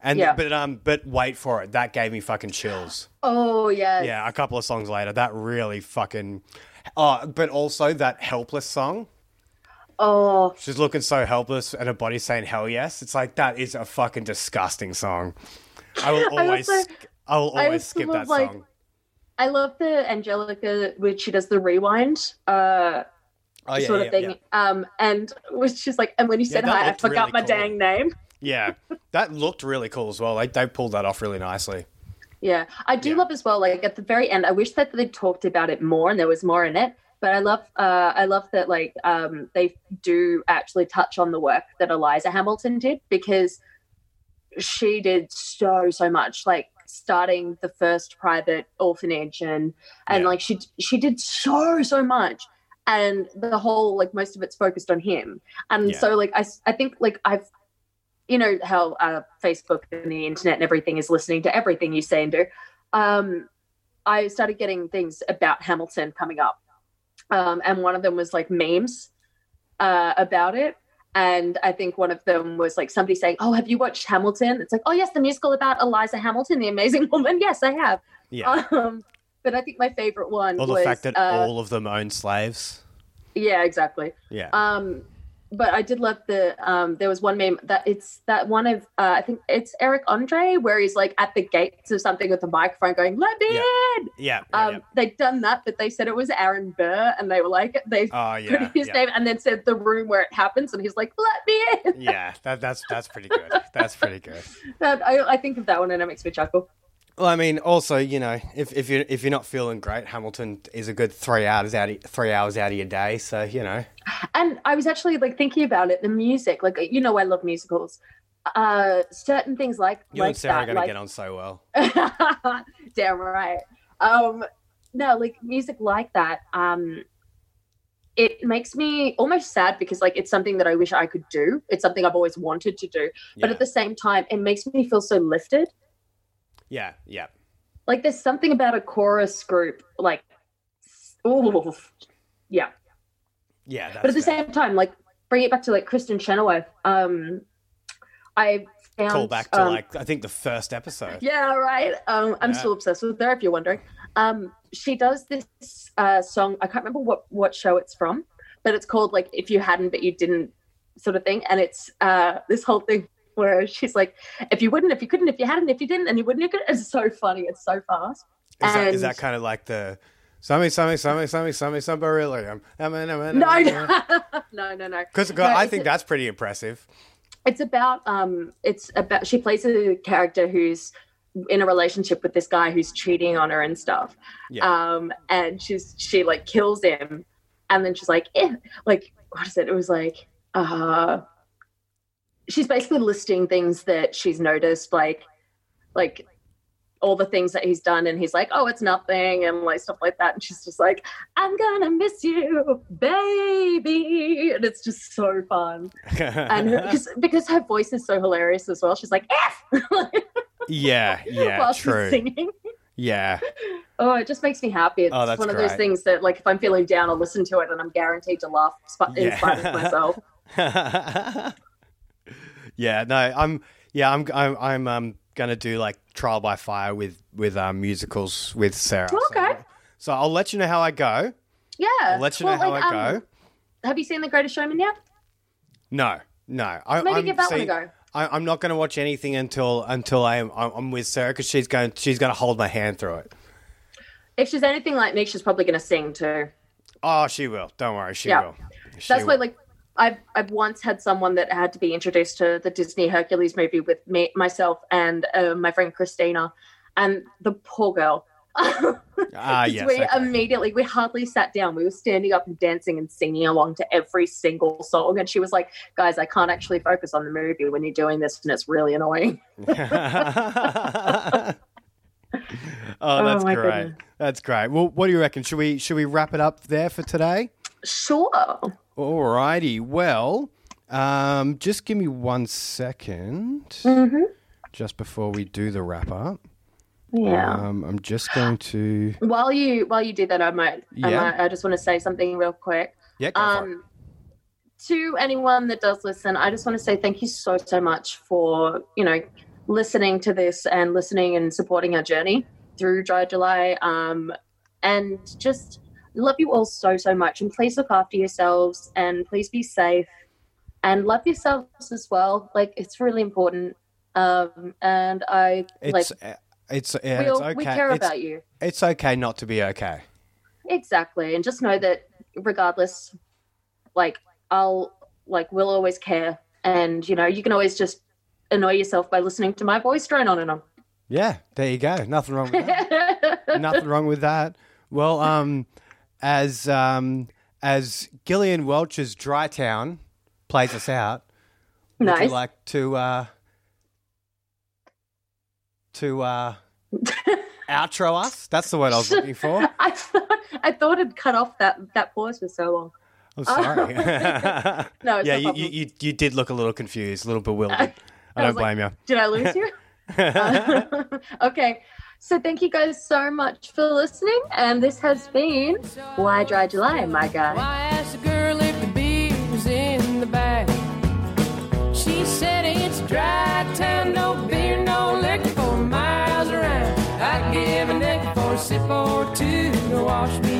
[SPEAKER 2] And
[SPEAKER 3] Mm-hmm. Yeah.
[SPEAKER 2] but um but wait for it. That gave me fucking chills.
[SPEAKER 3] Oh yeah,
[SPEAKER 2] Yeah, a couple of songs later, that really fucking Oh, but also that helpless song.
[SPEAKER 3] Oh
[SPEAKER 2] She's looking so helpless and her body's saying hell yes. It's like that is a fucking disgusting song. I will
[SPEAKER 3] I
[SPEAKER 2] always
[SPEAKER 3] also-
[SPEAKER 2] sk- I will
[SPEAKER 3] I
[SPEAKER 2] always
[SPEAKER 3] also
[SPEAKER 2] skip that
[SPEAKER 3] love, like-
[SPEAKER 2] song.
[SPEAKER 3] I love the Angelica when she does the rewind uh,
[SPEAKER 2] Oh yeah,
[SPEAKER 3] sort
[SPEAKER 2] yeah,
[SPEAKER 3] of thing. Um, and which she's like, and when you
[SPEAKER 2] Yeah,
[SPEAKER 3] said
[SPEAKER 2] that
[SPEAKER 3] hi, I
[SPEAKER 2] looked really
[SPEAKER 3] forgot my
[SPEAKER 2] cool.
[SPEAKER 3] dang name.
[SPEAKER 2] yeah. Yeah. That looked really cool as well. Like they pulled that off really nicely.
[SPEAKER 3] Yeah, I do
[SPEAKER 2] Yeah.
[SPEAKER 3] love as well. Like at the very end, I wish that they talked about it more and there was more in it. But I love, uh, I love that like um, they do actually touch on the work that Eliza Hamilton did because she did so so much. Like starting the first private orphanage and and
[SPEAKER 2] Yeah.
[SPEAKER 3] like she she did so so much. And the whole like most of it's focused on him. And
[SPEAKER 2] Yeah.
[SPEAKER 3] so like I s- I think like I've you know how uh, Facebook and the internet and everything is listening to everything you say and do. Um, I started getting things about Hamilton coming up, um, and one of them was like memes uh, about it. And I think one of them was like somebody saying, "Oh, have you watched Hamilton?" It's like, "Oh yes, the musical about Eliza Hamilton, the amazing woman." Yes, I have.
[SPEAKER 2] Yeah.
[SPEAKER 3] Um, but I think my favorite one
[SPEAKER 2] or the
[SPEAKER 3] was
[SPEAKER 2] fact that
[SPEAKER 3] uh,
[SPEAKER 2] all of them own slaves.
[SPEAKER 3] yeah, exactly.
[SPEAKER 2] Yeah.
[SPEAKER 3] Um, but I did love the um there was one meme that it's that one of uh, I think it's Eric Andre where he's like at the gates of something with a microphone going let me
[SPEAKER 2] Yeah.
[SPEAKER 3] in.
[SPEAKER 2] Yeah. yeah,
[SPEAKER 3] Um, they'd done that, but they said it was Aaron Burr, and they were like they
[SPEAKER 2] yeah. Oh
[SPEAKER 3] put
[SPEAKER 2] yeah.
[SPEAKER 3] his
[SPEAKER 2] Yeah.
[SPEAKER 3] name and then said the room where it happens, and he's like let me in.
[SPEAKER 2] yeah. That, that's that's pretty good. That's pretty good.
[SPEAKER 3] That, I, I think of that one and it makes me chuckle.
[SPEAKER 2] Well, I mean, also, you know, if, if you if you're not feeling great, Hamilton is a good three hours out of, three hours out of your day. So you know,
[SPEAKER 3] And I was actually like thinking about it, the music, like you know, I love musicals. Uh, certain things like
[SPEAKER 2] you
[SPEAKER 3] like
[SPEAKER 2] and Sarah are
[SPEAKER 3] that,
[SPEAKER 2] going
[SPEAKER 3] like
[SPEAKER 2] to get on so well.
[SPEAKER 3] Damn right. Um, no, like music like that. Um, it makes me almost sad because like it's something that I wish I could do. It's something I've always wanted to do, but
[SPEAKER 2] Yeah.
[SPEAKER 3] at the same time, it makes me feel so lifted.
[SPEAKER 2] yeah, yeah,
[SPEAKER 3] Like there's something about a chorus group, like, ooh, yeah.
[SPEAKER 2] yeah. That's
[SPEAKER 3] but at the
[SPEAKER 2] fair.
[SPEAKER 3] same time, like, bring it back to like Kristen Chenoweth. Um, I found
[SPEAKER 2] call back to
[SPEAKER 3] um,
[SPEAKER 2] like I think the first episode.
[SPEAKER 3] Yeah, right. Um, I'm
[SPEAKER 2] Yeah.
[SPEAKER 3] still obsessed with her, if you're wondering. Um, she does this uh, song. I can't remember what what show it's from, but it's called like "If You Hadn't But You Didn't" sort of thing. And it's uh, this whole thing where she's like, "If you wouldn't, if you couldn't, if you hadn't, if you didn't, and you wouldn't, you could." It's so funny. It's so fast.
[SPEAKER 2] Is, that, is
[SPEAKER 3] And-
[SPEAKER 2] that kind of like the something, something, something, something, something, something, really? Um, um, um, um, um,
[SPEAKER 3] No,
[SPEAKER 2] um,
[SPEAKER 3] no,
[SPEAKER 2] um.
[SPEAKER 3] no, no, no.
[SPEAKER 2] Because
[SPEAKER 3] No,
[SPEAKER 2] I
[SPEAKER 3] it's-
[SPEAKER 2] think that's pretty impressive.
[SPEAKER 3] it's about um it's about she plays a character who's in a relationship with this guy who's cheating on her and stuff
[SPEAKER 2] Yeah.
[SPEAKER 3] um and she's she like kills him and then she's like eh, like what is it it was like uh she's basically listing things that she's noticed like like all the things that he's done and he's like oh it's nothing and like stuff like that and she's just like i'm gonna miss you baby and it's just so fun and her, because, because her voice is so hilarious as well, she's like F
[SPEAKER 2] yeah, yeah,
[SPEAKER 3] while she's
[SPEAKER 2] true.
[SPEAKER 3] singing.
[SPEAKER 2] Yeah,
[SPEAKER 3] Oh, it just makes me happy. It's
[SPEAKER 2] Oh, that's
[SPEAKER 3] one of those
[SPEAKER 2] great.
[SPEAKER 3] things that, like, if I'm feeling down, I'll listen to it and I'm guaranteed to laugh sp- in
[SPEAKER 2] Yeah.
[SPEAKER 3] spite of myself.
[SPEAKER 2] yeah, no, I'm yeah, I'm I'm I'm um, gonna do like trial by fire with with um, musicals with Sarah. So-
[SPEAKER 3] Okay.
[SPEAKER 2] So, I'll let you know how I go.
[SPEAKER 3] Yeah,
[SPEAKER 2] I'll let you
[SPEAKER 3] Well,
[SPEAKER 2] know how
[SPEAKER 3] like,
[SPEAKER 2] I
[SPEAKER 3] um,
[SPEAKER 2] go.
[SPEAKER 3] Have you seen The Greatest Showman yet?
[SPEAKER 2] No, no. I,
[SPEAKER 3] Maybe
[SPEAKER 2] I'm,
[SPEAKER 3] give that one
[SPEAKER 2] Um, see,
[SPEAKER 3] a go.
[SPEAKER 2] I, I'm not going to watch anything until until I am I'm, I'm with Sarah because she's going she's going to hold my hand through it.
[SPEAKER 3] If she's anything like me, she's probably going to sing too.
[SPEAKER 2] Oh, she will. Don't worry, she
[SPEAKER 3] Yeah.
[SPEAKER 2] will. She
[SPEAKER 3] That's why,
[SPEAKER 2] will.
[SPEAKER 3] like, I've I've once had someone that had to be introduced to the Disney Hercules movie with me, myself, and uh, my friend Christina, and the poor girl.
[SPEAKER 2] ah
[SPEAKER 3] Because
[SPEAKER 2] yes.
[SPEAKER 3] we
[SPEAKER 2] okay.
[SPEAKER 3] immediately, we hardly sat down. We were standing up and dancing and singing along to every single song. And she was like, guys, I can't actually focus on the movie when you're doing this, and it's really annoying.
[SPEAKER 2] oh, that's
[SPEAKER 3] Oh, my
[SPEAKER 2] great.
[SPEAKER 3] goodness.
[SPEAKER 2] That's great. Well, what do you reckon? Should we should we wrap it up there for today?
[SPEAKER 3] Sure.
[SPEAKER 2] Alrighty. Well, um, just give me one second
[SPEAKER 3] Mm-hmm.
[SPEAKER 2] just before we do the wrap up.
[SPEAKER 3] Yeah.
[SPEAKER 2] Um, I'm just going to
[SPEAKER 3] While you while you do that, I might, I,
[SPEAKER 2] Yeah.
[SPEAKER 3] might I just want to say something real quick.
[SPEAKER 2] yeah. Go for it.
[SPEAKER 3] Um, to anyone that does listen, I just want to say thank you so so much for you know listening to this and listening and supporting our journey through Dry July. Um, and just love you all so so much. And please look after yourselves and please be safe and love yourselves as well. Like it's really important. Um, and I
[SPEAKER 2] It's
[SPEAKER 3] like
[SPEAKER 2] uh, it's uh,
[SPEAKER 3] we,
[SPEAKER 2] it's
[SPEAKER 3] all,
[SPEAKER 2] okay.
[SPEAKER 3] we care
[SPEAKER 2] it's,
[SPEAKER 3] about you
[SPEAKER 2] it's okay not to be okay.
[SPEAKER 3] exactly and just know that regardless like i'll like we'll always care and you know you can always just annoy yourself by listening to my voice drone on and on
[SPEAKER 2] Yeah, there you go. Nothing wrong with that. Nothing wrong with that. Well, um, as um, as Gillian Welch's Dry Town plays us out, would you
[SPEAKER 3] nice
[SPEAKER 2] like to uh, to uh, outro us? That's the word I was looking for.
[SPEAKER 3] i thought i thought it cut off that that pause for so long
[SPEAKER 2] I'm sorry.
[SPEAKER 3] no it's
[SPEAKER 2] yeah,
[SPEAKER 3] no
[SPEAKER 2] you,
[SPEAKER 3] problem.
[SPEAKER 2] you, you you did look a little confused, a little bewildered. I
[SPEAKER 3] I
[SPEAKER 2] don't
[SPEAKER 3] was like- uh,
[SPEAKER 2] blame you.
[SPEAKER 3] did i lose you okay so thank you guys so much for listening and this has been why dry july my guy
[SPEAKER 1] Why ask a girl if the beer was in the bag? She said it's dry town, no beer, no liquor for miles around. I'd give a nickel for a sip or two to wash me